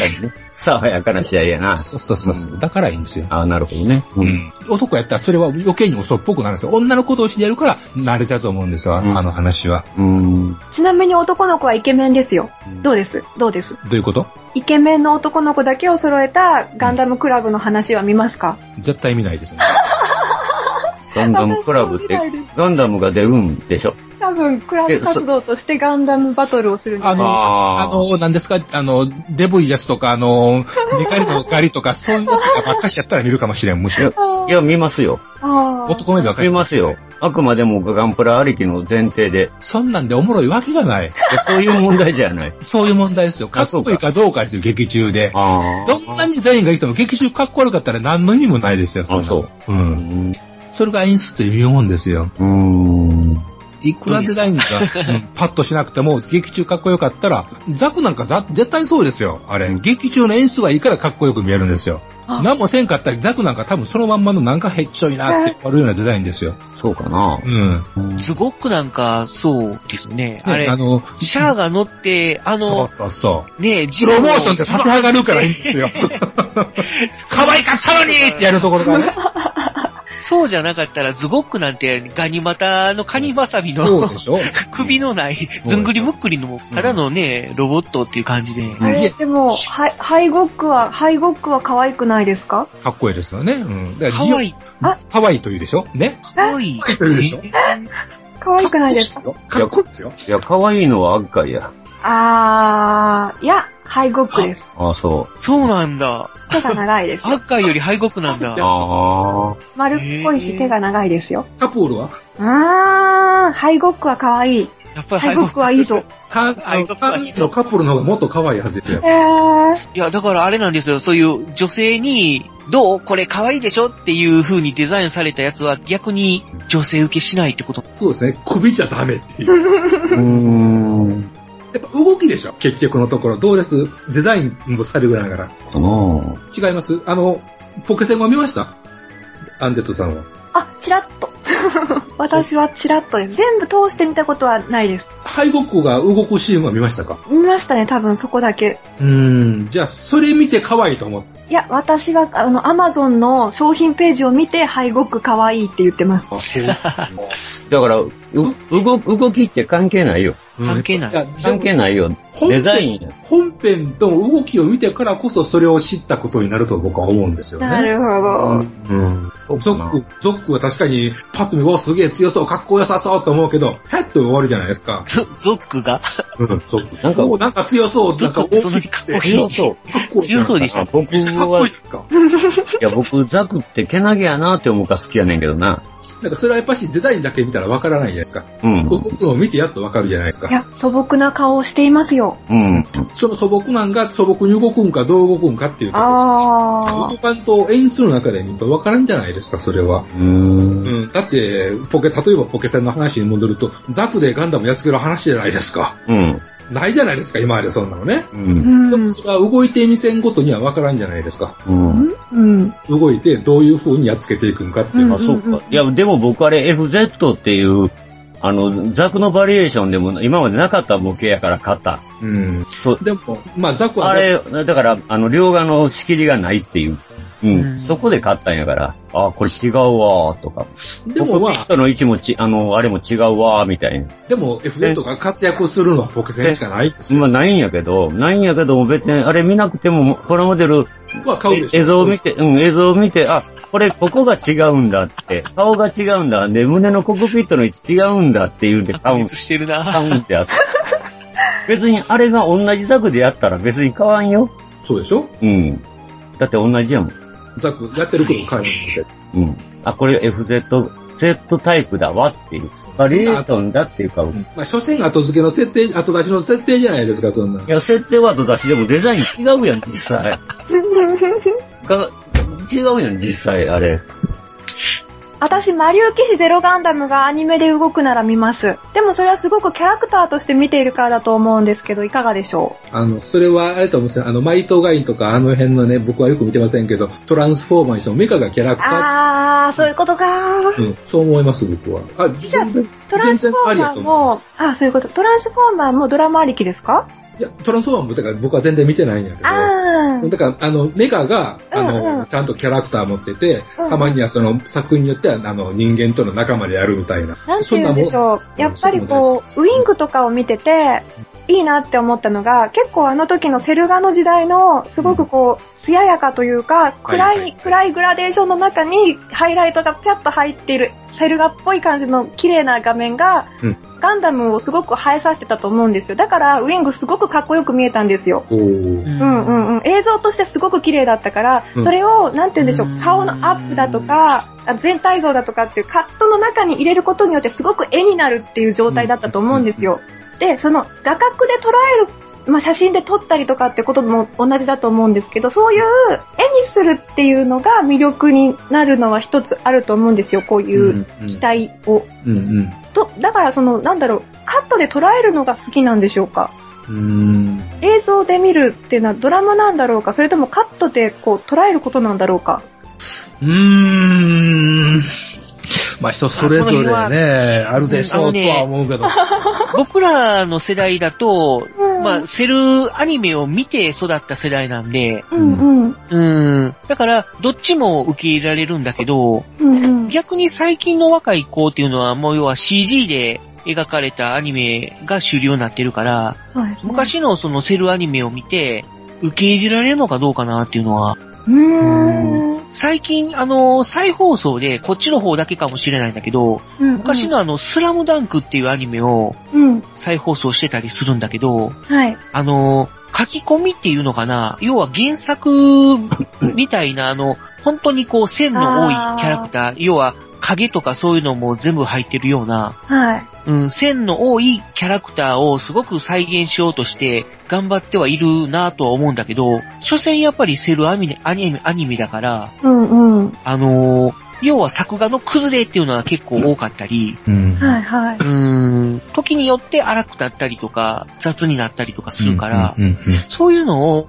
爽やかな試合やな。そうそうそう。だからいいんですよ。ああ、なるほどね。うん。男やったらそれは余計に嘘っぽくなるんですよ。女の子同士でやるから慣れたと思うんですよ、あのあの話は。うん。どちなみに男の子はイケメンですよ。どうですどうですういうことイケメンの男の子だけを揃えたガンダムクラブの話は見ますか絶対見ないですね。ガンダムクラブって、ガンダムが出るんでしょ。多分、クラブ活動としてガンダムバトルをするんじゃあないの、あの、何ですか、あの、デブいやつとか、あの、デカリのガリとか、そういうやつがばっかしやったら見るかもしれん、むし ろ。いや、見ますよ。あー男目ばっか見り。ますよ。あくまでもガンプラありきの前提で。そんなんでおもろいわけがない。そういう問題じゃない。そういう問題ですよ。かっこいいかどうかですよ、劇中で。 あどんなに全員が来ても劇中かっこ悪かったら何の意味もないですよ、そんなの。そう。うん。それが演出というもんですよ。いくらデザインが、うん パッとしなくても、劇中かっこよかったら、ザクなんかざ絶対そうですよ。あれ、劇中の演出がいいからかっこよく見えるんですよ。何もせんかったら、ザクなんか多分そのまんまのなんかへっちょいなって悪いようなデザインですよ。そうかなうん。ズゴックなんか、そうですね。あれ、あの、シャアが乗って、あそのう、そうそう。ねえ、プロモーションって立ち上がるからいいんですよ。 可愛かったのにってやるところがね。そうじゃなかったら、ズゴックなんてガニ股のカニバサミそのうでしょ首のない、ずんぐりむっくりの、ただのね、ロボットっていう感じで。あれ、でも、ハイハイゴックは、ハイゴックは可愛くないですかかっこいいですよね。うん。だから可愛い。あかわいいというでしょね。可愛い。かわいいというでしょ可愛くないですかかっこいいですよ。いや、可愛いのは赤いや。あー、いや、ハイゴックです。ああ、そそうなんだ。手が長いです。ハッカーより敗北 なんだう。。ああ。丸っこいし手が長いですよ。カポールはあー、ハイゴックは可愛い。やっぱりハ敗イゴッ北ク。はいいぞ。カあのハイゴックはいいカカポールの方がもっと可愛いはずですよえ。ー、いや、だからあれなんですよ。そういう女性に、どうこれ可愛いでしょっていう風にデザインされたやつは逆に女性受けしないってこと。そうですね。首じゃダメっていう。うーん。やっぱ動きでしょ結局のところ。どうですデザインもされるぐらいだかかなら。違いますあの、ポケセンは見ましたアンデッドさんは。あ、チラッと。 私はチラッとです。全部通して見たことはないです。ハイゴックが動くシーンは見ましたか見ましたね、多分そこだけ。うーん。じゃあ、それ見て可愛いと思う。いや、私は、あの、アマゾンの商品ページを見て、ハイゴック可愛いって言ってます。あ、そう。だから、う、動、動きって関係ないよ。関係ない。や関係ないよ。本編デザインや。本編と動きを見てからこそそれを知ったことになると僕は思うんですよね。なるほど。うん。ゾック、ゾックは確かにパッと見、おすげえ強そう、かっこよさそうと思うけど、ヘッと終わるじゃないですか。ゾゾックが、うん、ゾック。なんかおなんか強そう、ゾなんかックそ大のき日かっくて、こいい。そう。かっこいい。強そうでしあた。僕かっこは、いいいですかや、僕、ザクってけなげやなって思うから好きやねんけどな。なんかそれはやっぱしデザインだけ見たらわからないじゃないですか。うん。動くのを見てやっとわかるじゃないですいか。や、素朴な顔をしていますよ。うん。その素朴なんが素朴に動くんかどう動くんかっていうところ。あ動かんと演出の中で見るとわからんじゃないですか、それは。うん。うん、だって、ポケ、例えばポケセンの話に戻ると、ザクでガンダムやっつける話じゃないですか。うん。ないじゃないですか、今までそんなのね。う。ー。うんでもん。それは動いてみせんことには分からんじゃないですか。うん。うん。動いてどういう風にやっつけていくのかっていうう。んあ、そうか。いや、でも僕あれ FZ っていう、あの、ザクのバリエーションでも今までなかった模型やから買った。うん。そうでも、まあ、ザクは、あれ、だから、あの、両側の仕切りがないっていう。うん。そこで買ったんやから、あこれ違うわーとか。でもまあ、人の位置もち、あの、あれも違うわーみたいな。でも FZ が活躍するのはポケセンしかないですよ。まあ、ないんやけど、ないんやけども別に、あれ見なくても、プラモデル、は買うでしょ。映像を見て、うん、映像を見て、あ、これ、ここが違うんだって、顔が違うんだ、で、胸のコックピットの位置違うんだってい うんで、買うん熱してるな。買うんってあって。別に、あれが同じザクでやったら別に買わんよ。そうでしょうん。だって同じやもん。ザクやってること買えますようん。あ、これ FZ、Z タイプだわっていう。バリエーションだっていうか、いまあ、所詮後付けの設定、後出しの設定じゃないですか、そんな。や、設定ワード出しでもデザイン違うやん、実際。が違うやん、実際、あれ。 私、マリウ騎士ゼロガンダムがアニメで動くなら見ます。でもそれはすごくキャラクターとして見ているからだと思うんですけど、いかがでしょあの、それは、あれと思うんですよ。あの、マイトガインとか、あの辺のね、僕はよく見てませんけど、トランスフォーマーにしてもメカがキャラうクタあー、そういうことかーー。うん、そう思います、僕は。あ、全然、トランスフォーマーも、あ、そういうこと。トランスフォーマーもドラマありきですかいや、トランスフォーマーも、だから僕は全然見てないんやけど。あー。だから、あの、メカが、あの、うんうんちゃんとキャラクター持ってて、うんたまにはその作品によっては、あの、人間との仲間でやるみたいな。なんて言うんでしう。ょう。やっぱりこう、ウィングとかを見てて、いいなって思ったのが、結構あの時のセルガの時代の、すごくこう、艶やかというか、暗はいはいい、暗いグラデーションの中に、ハイライトがピャッと入っている、セルガっぽい感じの綺麗な画面がうん、ガンダムをすごく映えさせてたと思うんですよ。だから、ウィングすごくかっこよく見えたんですよ。おーうんうんうん、映像としてすごく綺麗だったから、うんそれを、なんて言うんでしょうんう、顔のアップだとか、あ全体像だとかっていうカットの中に入れることによってすごく絵になるっていう状態だったと思うんですよ。で、その画角で捉えるまあ、写真で撮ったりとかってことも同じだと思うんですけど、そういう絵にするっていうのが魅力になるのは一つあると思うんですよ、こういう機体を。うんうん。と、だからその、なんだろう、カットで捉えるのが好きなんでしょうかうん。映像で見るっていうのはドラマなんだろうかそれともカットでこう捉えることなんだろうかうーん。まあ人それぞれまあその辺ね、あるでしょうとは思うけど。 僕らの世代だと、まあ、セルアニメを見て育った世代なんで、うんうん。うん。だから、どっちも受け入れられるんだけど、うん逆に最近の若い子っていうのは、もう要は CG で描かれたアニメが主流になってるから、そうですね。昔のそのセルアニメを見て、受け入れられるのかどうかなっていうのは、うーん。最近、あの、再放送で、こっちの方だけかもしれないんだけど、うん昔のあの、スラムダンクっていうアニメをうん。再放送してたりするんだけど、はい。あの、書き込みっていうのかな要は原作みたいな、あの、本当にこう線の多いキャラクター、要は影とかそういうのも全部入ってるような、はい。うん、線の多いキャラクターをすごく再現しようとして頑張ってはいるなとは思うんだけど、所詮やっぱりセルアニメ、アニメ、アニメだから、うんうん。あのー要は作画の崩れっていうのは結構多かったり、はいはい。うーん、時によって荒くなったりとか、雑になったりとかするから、そういうのを、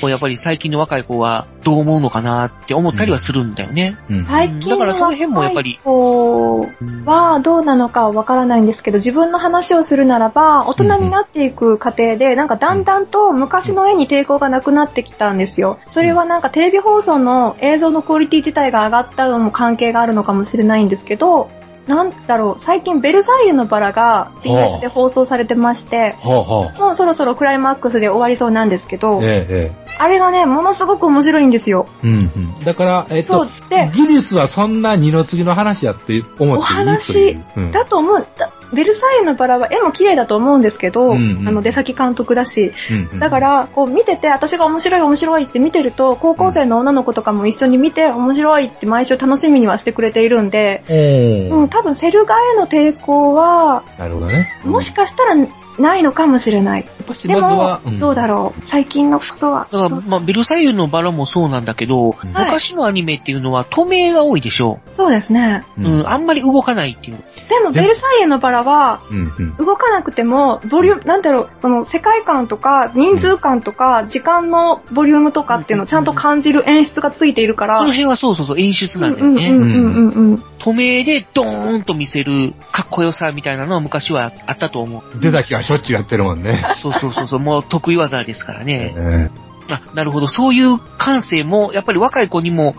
こうやっぱり最近の若い子はどう思うのかなって思ったりはするんだよね。最近だからその辺もやっぱりこうはどうなのかわからないんですけど、自分の話をするならば、大人になっていく過程で、なんかだんだんと昔の絵に抵抗がなくなってきたんですよ。それはなんかテレビ放送の映像のクオリティ自体が上がったのも関係があるのかもしれないんですけど、なんだろう、最近ベルサイユのバラが BS で放送されてまして、はあはもうそろそろクライマックスで終わりそうなんですけど、えあれがね、ものすごく面白いんですよ。え、ええ。うん、うん。 だから、えっと、で技術はそんな二の次の話やって思おっていいとい話う。うんだと思う、だベルサイユのバラは絵も綺麗だと思うんですけど、うんうんあの出先監督だし、うんうんだからこう見てて私が面白い面白いって見てると高校生の女の子とかも一緒に見て面白いって毎週楽しみにはしてくれているんで、ええうん、多分セル画への抵抗はなるほどね。もしかしたらないのかもしれない。しでまずはうも、んどうだろう最近のことは。だから、まあ、ベルサイユのバラもそうなんだけど、昔のアニメっていうのは透明が多いでしょそうですね。う。うん、あんまり動かないっていう。でも、ベルサイユのバラは、うんうん。動かなくても、ボリューム、なんだろう、その世界観とか、人数感とか、時間のボリュームとかっていうのをちゃんと感じる演出がついているから、その辺はそうそうそう、演出なんだようんね。うんうんうんうんうん。透明でドーンと見せるかっこよさみたいなのは昔はあったと思う。出た気がしょっちゅうやってるもんね。そうそうそう そう、もう得意技ですからね。えあ、なるほど。そういう感性も、やっぱり若い子にも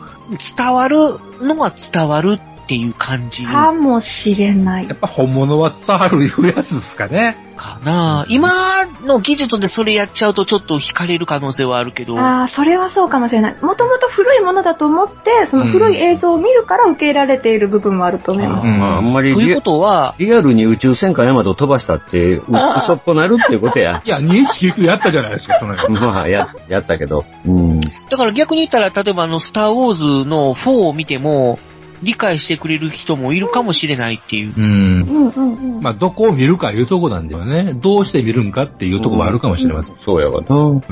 伝わるのは伝わるっていう感じかかもしれない。え。本物は伝わるいうやつですかね。。な今の技術でそれやっちゃうとちょっと惹かれる可能性はあるけど。ああ、それはそうかもしれない。もともと古いものだと思って、その古い映像を見るから受け入れられている部分もあると思います。まあ、あんまりというリアことは、リアルに宇宙戦艦ヤマト飛ばしたって、うあー嘘っぽなるっていうことやいや、219やったじゃないですか、この間。まあ、や、やったけど。うん。だから逆に言ったら、例えばあの、スターウォーズの4を見ても、理解してくれる人もいるかもしれないっていう。うん。うんうんうん。まあ、どこを見るかいうとこなんだよね。どうして見るんかっていうとこはあるかもしれません。そうやわな。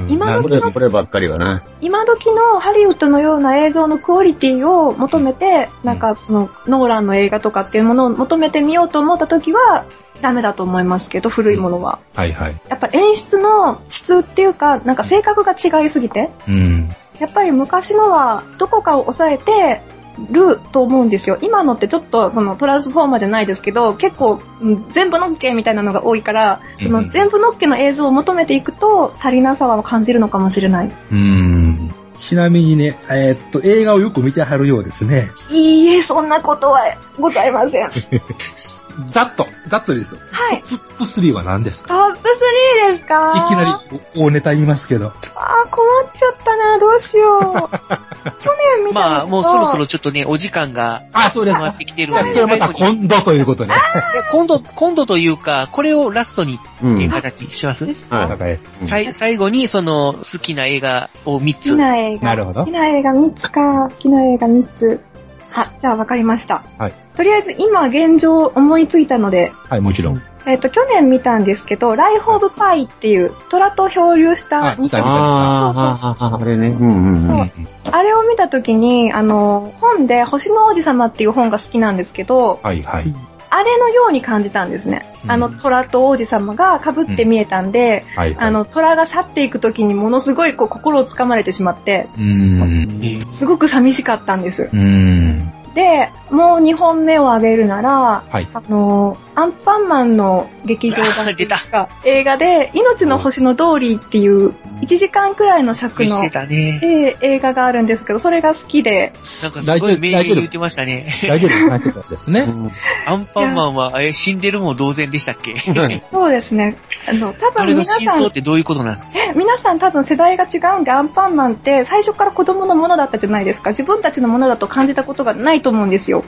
今こ時れ、の、こればっかりはな。今時のハリウッドのような映像のクオリティを求めて、なんかその、ノーランの映画とかっていうものを求めてみようと思った時は、ダメだと思いますけど、古いものは。はいはい。やっぱ演出の質っていうか、なんか性格が違いすぎて、うん。やっぱり昔のはどこかを抑えてると思うんですよ。今のってちょっとそのトランスフォーマーじゃないですけど、結構うん全部のっけみたいなのが多いから、うんその全部のっけの映像を求めていくと足りなさは感じるのかもしれない。うん。ちなみにね、えーっと、映画をよく見てはるようですね。いいえ、そんなこと はございません。ざっと、ざっとですよ。はい。トップ3は何ですかトップ3ですかいきなりお大ネタ言いますけど。あー、困っちゃったな。どうしよう。去年見たのとまあ、もうそろそろちょっとね、お時間があ、そうです。回ってきてるじゃあ ので、 それまた今度ということね。いや今度、今度というか、これをラストにっていう形にします、はい。です。さい最後に、その、好きな映画を3好きつ。な映画。なるほど好き。な映画3つか。好きな映画3つ。は、じゃあ分かりました。はい。とりあえず今現状思いついたので、はい、もちろん。えっ、と、去年見たんですけど、ライフ・オブ・パイっていう、虎と漂流したああああ、あれね。うんうんうん。あれを見たときに、あの、本で、星の王子様っていう本が好きなんですけど、はいはい。あれのように感じたんですね。あの、虎と王子様が被って見えたんで、はいはいあの、虎が去っていくときにものすごいこう心をつかまれてしまって、うん。すごく寂しかったんです。うん。で、もう2本目を挙げるなら、はいあの、アンパンマンの劇場 版というか映画で、命の星の通りっていう、1時間くらいの尺しの、てたね。えー映画があるんですけど、それが好きで、なんかすごい名言言ってましたね。 大丈夫ですかです ね。アンパンマンは、え、死んでるも同然でしたっけそうですね、あの、多あ分れの皆真さ相んっ、てどういうことなんですかえ皆さん多分世代が違うんで、アンパンマンって最初から子供のものだったじゃないですか。自分たちのものだと感じたことがないと思うんですよ。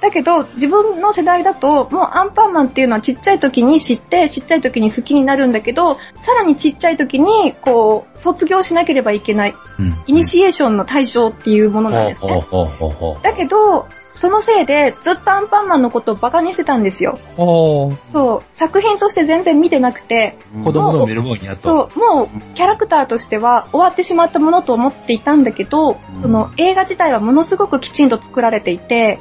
だけど、自分の世代だと、もうアンパンマンっていうのはちっちゃい時に知って、ちっちゃい時に好きになるんだけど、さらにちっちゃい時に、こう、卒業しなければいけない。うんイニシエーションの対象っていうものなんですほうね。ほうほうほうだけど、そのせいで、ずっとアンパンマンのことをバカにしてたんですよ。ほう。そう、作品として全然見てなくて、子供の目の方にやっと。そう、もうキャラクターとしては終わってしまったものと思っていたんだけど、その映画自体はものすごくきちんと作られていて、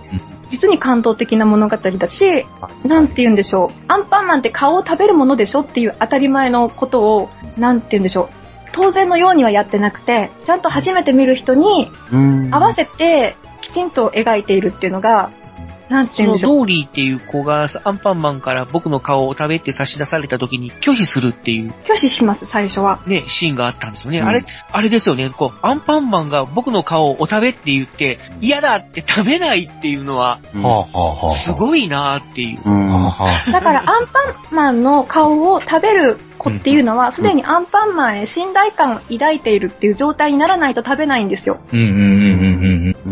実に感動的な物語だし、なんて言うんでしょう、アンパンマンって顔を食べるものでしょっていう当たり前のことを、なんて言うんでしょう、当然のようにはやってなくて、ちゃんと初めて見る人にうん。合わせてきちんと描いているっていうのが、なんてそ言うんのでしドょう。ーリーっていう子がアンパンマンから僕の顔を食べって差し出された時に拒否するっていう拒否します、最初は。ね、シーンがあったんですよね。うんあれ、あれですよね。こう、アンパンマンが僕の顔をお食べって言って、嫌だって食べないっていうのは、はあはあはあ。すごいなーっていう。はあはあだからアンパンマンの顔を食べる子っていうのは、すでにアンパンマンへ信頼感を抱いているっていう状態にならないと食べないんですよ。うんうんうんう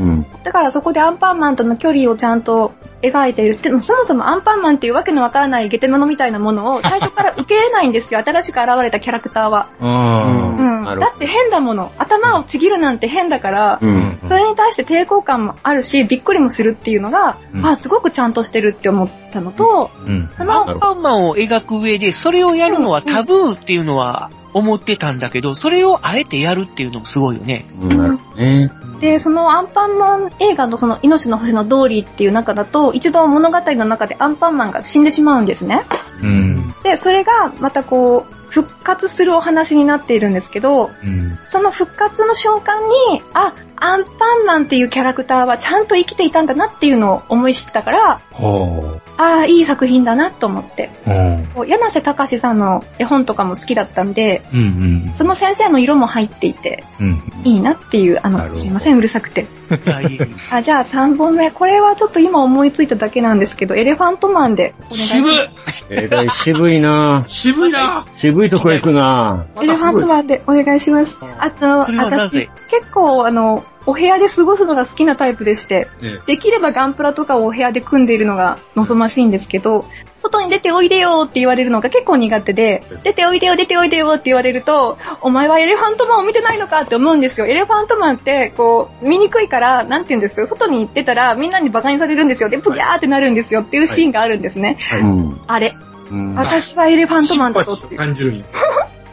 んうん。だからそこでアンパンマンとの距離をちゃんと描いている。でもそもそもアンパンマンっていうわけのわからないゲテモノみたいなものを最初から受け入れないんですよ。新しく現れたキャラクターは。うん。うん。だって変だもの。頭をちぎるなんて変だから、うん。それに対して抵抗感もあるし、びっくりもするっていうのが、うんあ、すごくちゃんとしてるって思ったのと、うん。そアのンパンマンを描く上で、それをやるのはタブーっていうのは思ってたんだけど、それをあえてやるっていうのもすごいよね。うんなるほどね。で、そのアンパンマン映画のその命の星のドーリーっていう中だと、一度物語の中でアンパンマンが死んでしまうんですね。うん。で、それがまたこう、復活するお話になっているんですけど、うん。その復活の瞬間に、あ、アンパンマンっていうキャラクターはちゃんと生きていたんだなっていうのを思い知ったから、ほああ、いい作品だなと思って。う。うん。こう柳瀬隆さんの絵本とかも好きだったんで、うんうん。その先生の色も入っていて、うん。いいなっていう、あなるほの、どすいません、うるさくて。大変あ、じゃあ3本目。これはちょっと今思いついただけなんですけど、エレファントマンでお願いし渋ます。えらい渋いな渋いな渋いとこ行くなエレファントマンでお願いします。あと、それはな私ぜ、結構あの、お部屋で過ごすのが好きなタイプでして、えできればガンプラとかをお部屋で組んでいるのが望ましいんですけど、外に出ておいでよって言われるのが結構苦手で、出ておいでよ、出ておいでよって言われると、お前はエレファントマンを見てないのかって思うんですよ。エレファントマンって、こう、見にくいから、なんて言うんですよ。外に出たらみんなにバカにされるんですよ。で、ブギャーってなるんですよっていうシーンがあるんですね。え。うん。あれ、うん。私はエレファントシンマンだパぞっシーてを感じるんや。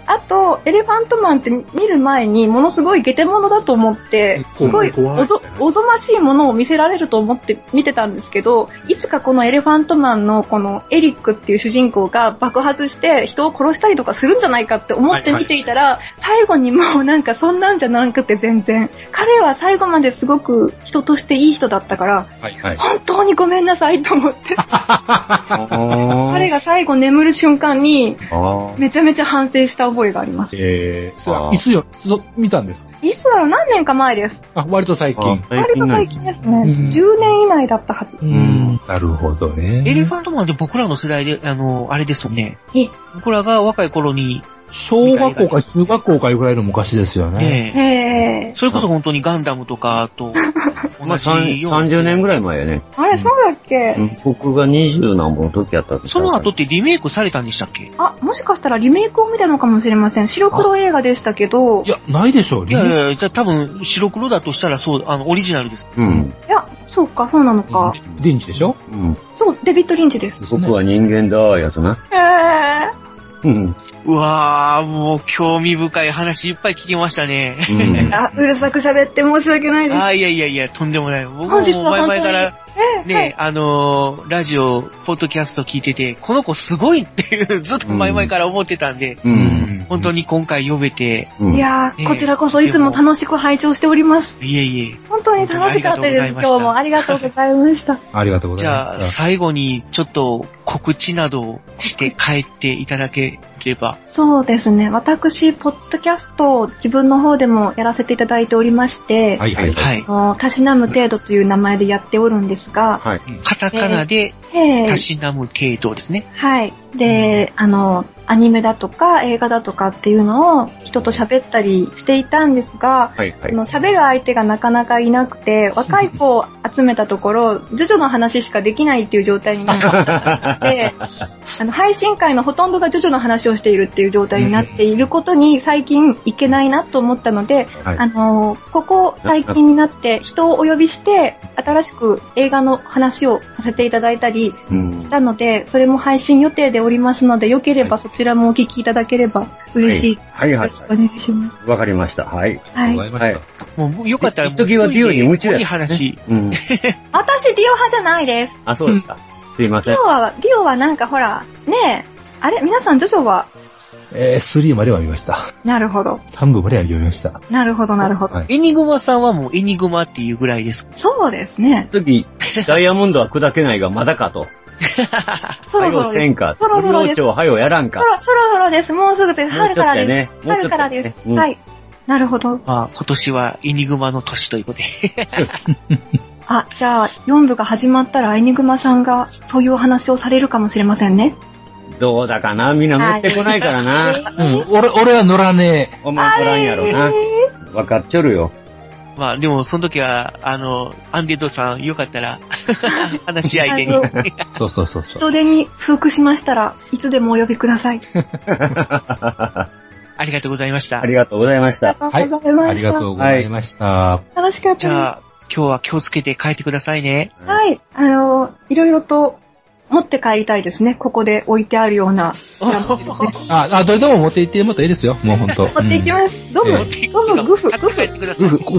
あと、エレファントマンって見る前にものすごいゲテモノだと思って、うんすごい怖いおぞおぞましいものを見せられると思って見てたんですけど、いつかこのエレファントマンのこのエリックっていう主人公が爆発して人を殺したりとかするんじゃないかって思って見ていたら、最後にもうなんかそんなんじゃなくて全然。彼は最後まですごく人としていい人だったから、はいはい。本当にごめんなさいと思って、彼あが最後眠る瞬間にあ。めちゃめちゃ反省した覚えがあります。えれはいつよ、いつの見たんですかいつだろう何年か前です。あ、割と最近。割と最近ですね。うん10年以内だったはず。うん。なるほどね。 エレファントマンって僕らの世代で、あの、あれですよね。え僕らが若い頃に、小学校か中学校かいうぐらいの昔ですよね。ね、へー。それこそ本当にガンダムとかと ま同あ、じような。 30年ぐらい前やね。あれ、そうだっけ、僕が20何本の時やったとその後ってリメイクされたんでしたっけあ、もしかしたらリメイクを見たのかもしれません。白黒映画でしたけど、いいや、ないでしょう、いやいやいや、じゃあ多分白黒だとしたらそう、あの、オリジナルです。うん。や、そうか、そうなのか。リンチでしょうん。そう、デビッド・リンチです。僕は人間だ、やとな。えー、うん。うわー、もう興味深い話いっぱい聞きましたね。あ、うるさく喋って申し訳ないです。あーいやいやいや、とんでもない。僕も本日もう前は本当々に。からえーね、あのーラジオ、ポッドキャスト聞いてて、この子すごいっていう、ずっと前々から思ってたんで、うん。本当に今回呼べて、いやー、こちらこそいつも楽しく拝聴しております。いえいえ。本当に楽しかったです。今日もありがとうございました。ありがとうござじいゃまあ、す。最後にちょっと告知などをして帰っていただければ。そうですね。私、ポッドキャストを自分の方でもやらせていただいておりまして、はいはいはあい。のたしなむ程度という名前でやっておるんですが、はい。カタカナで、えーたしなむ程度ですね。はい。で、あの、アニメだとか映画だとかっていうのを人と喋ったりしていたんですが、はいはあの喋る相手がなかなかいなくて、若い子を集めたとこ ろ、ジョジョの話しかできないっていう状態になって、あの配信会のほとんどがジョジョの話をしているっていう状態になっていることに最近いけないなと思ったので、はいあのーここ最近になって人をお呼びして、新しく映画の話をさせていただいたりうんし。たので、それも配信予定でおりますので、よければそちらもお聞きいただければ嬉しい。はいはいよろしくお願いします。わかりました。はい。はい。はい。もうよかったらもう、一時はディオに夢中やいい話。うん。私、ディオ派じゃないです。あ、そうですか。すいませデんィオ。は、ディオはなんかほら、ねえ、あれ皆さん、ジョジョは、えー、3までは見ました。なるほど。 3部までは読みました。なるほど、なるほど。はいエニグマさんはもうエニグマっていうぐらいです。そうですね。次、ダイヤモンドは砕けないがまだかと。そろそはろよせですんか。。そろそろで領す。そ長はよやらんか。ろそろそろです。もうすぐです。もうちょ春っとからやでねす。もうちょ春っとかやらねです。うんはい。なるほど。まあ、今年はエニグマの年ということで。あ、じゃあ、4部が始まったら、エニグマさんが、そういうお話をされるかもしれませんね。どうだかなみんな乗ってこないからはいな。うん、俺、俺は乗らねお前おらんやろな。わかっちょるよ。まあ、でも、その時は、あの、アンデッドさん、よかった ら、話し相手に。あのえ。そうそうそうそう。人手に不足しましたらいつでもお呼びください。ありがとうございましたあ。りがとうございました。あはいりがとうございまありした。がとうございました。楽しかっじたですゃ。あ、今日は気をつけて帰ってくださいね。はい。あの、いろいろと持って帰りたいですね。ここで置いてあるような。あ、あ、どれでも持って行ってもらったらいいですよ。もうほんと。持っていきます。どうえも、どうもグフ、グ帰フ。ってくださグいフ、。グフ。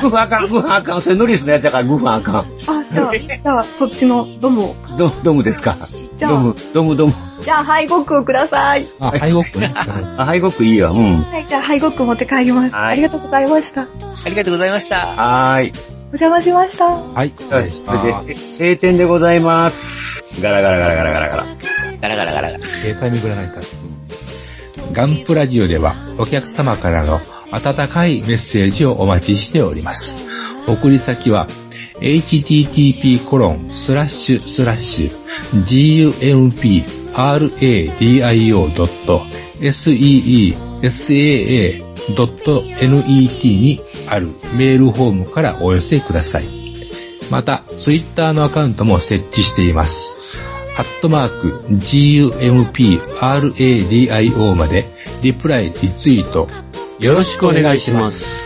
グフあかん、グフあかん。それノリスのやつやからグフあかん。あ、じゃあ、じゃあ、そっちの、どうも。ドム、ドムですか。じゃドあム、、ドム、ドム。じゃあ、ハイゴックをください。あ、はい、ごっこね。あ、ハイゴックいいわ。うん。はい、じゃあ、ハイゴック持って帰ります。はいありがとうございました。ありがとうございました。はーい。お邪魔しました。はい、それで、閉店でございます。ガラガラガラガラガラガラ。ガラガラガラガラ。えータイミングらないか。ガンプラジオではお客様からの温かいメッセージをお待ちしております。送り先は http://gumpradio.seesaa.net にあるメールフォームからお寄せください。また、ツイッターのアカウントも設置しています。ハットマーク、GUMPRADIO まで、リプライ、リツイート、よろしくお願いします。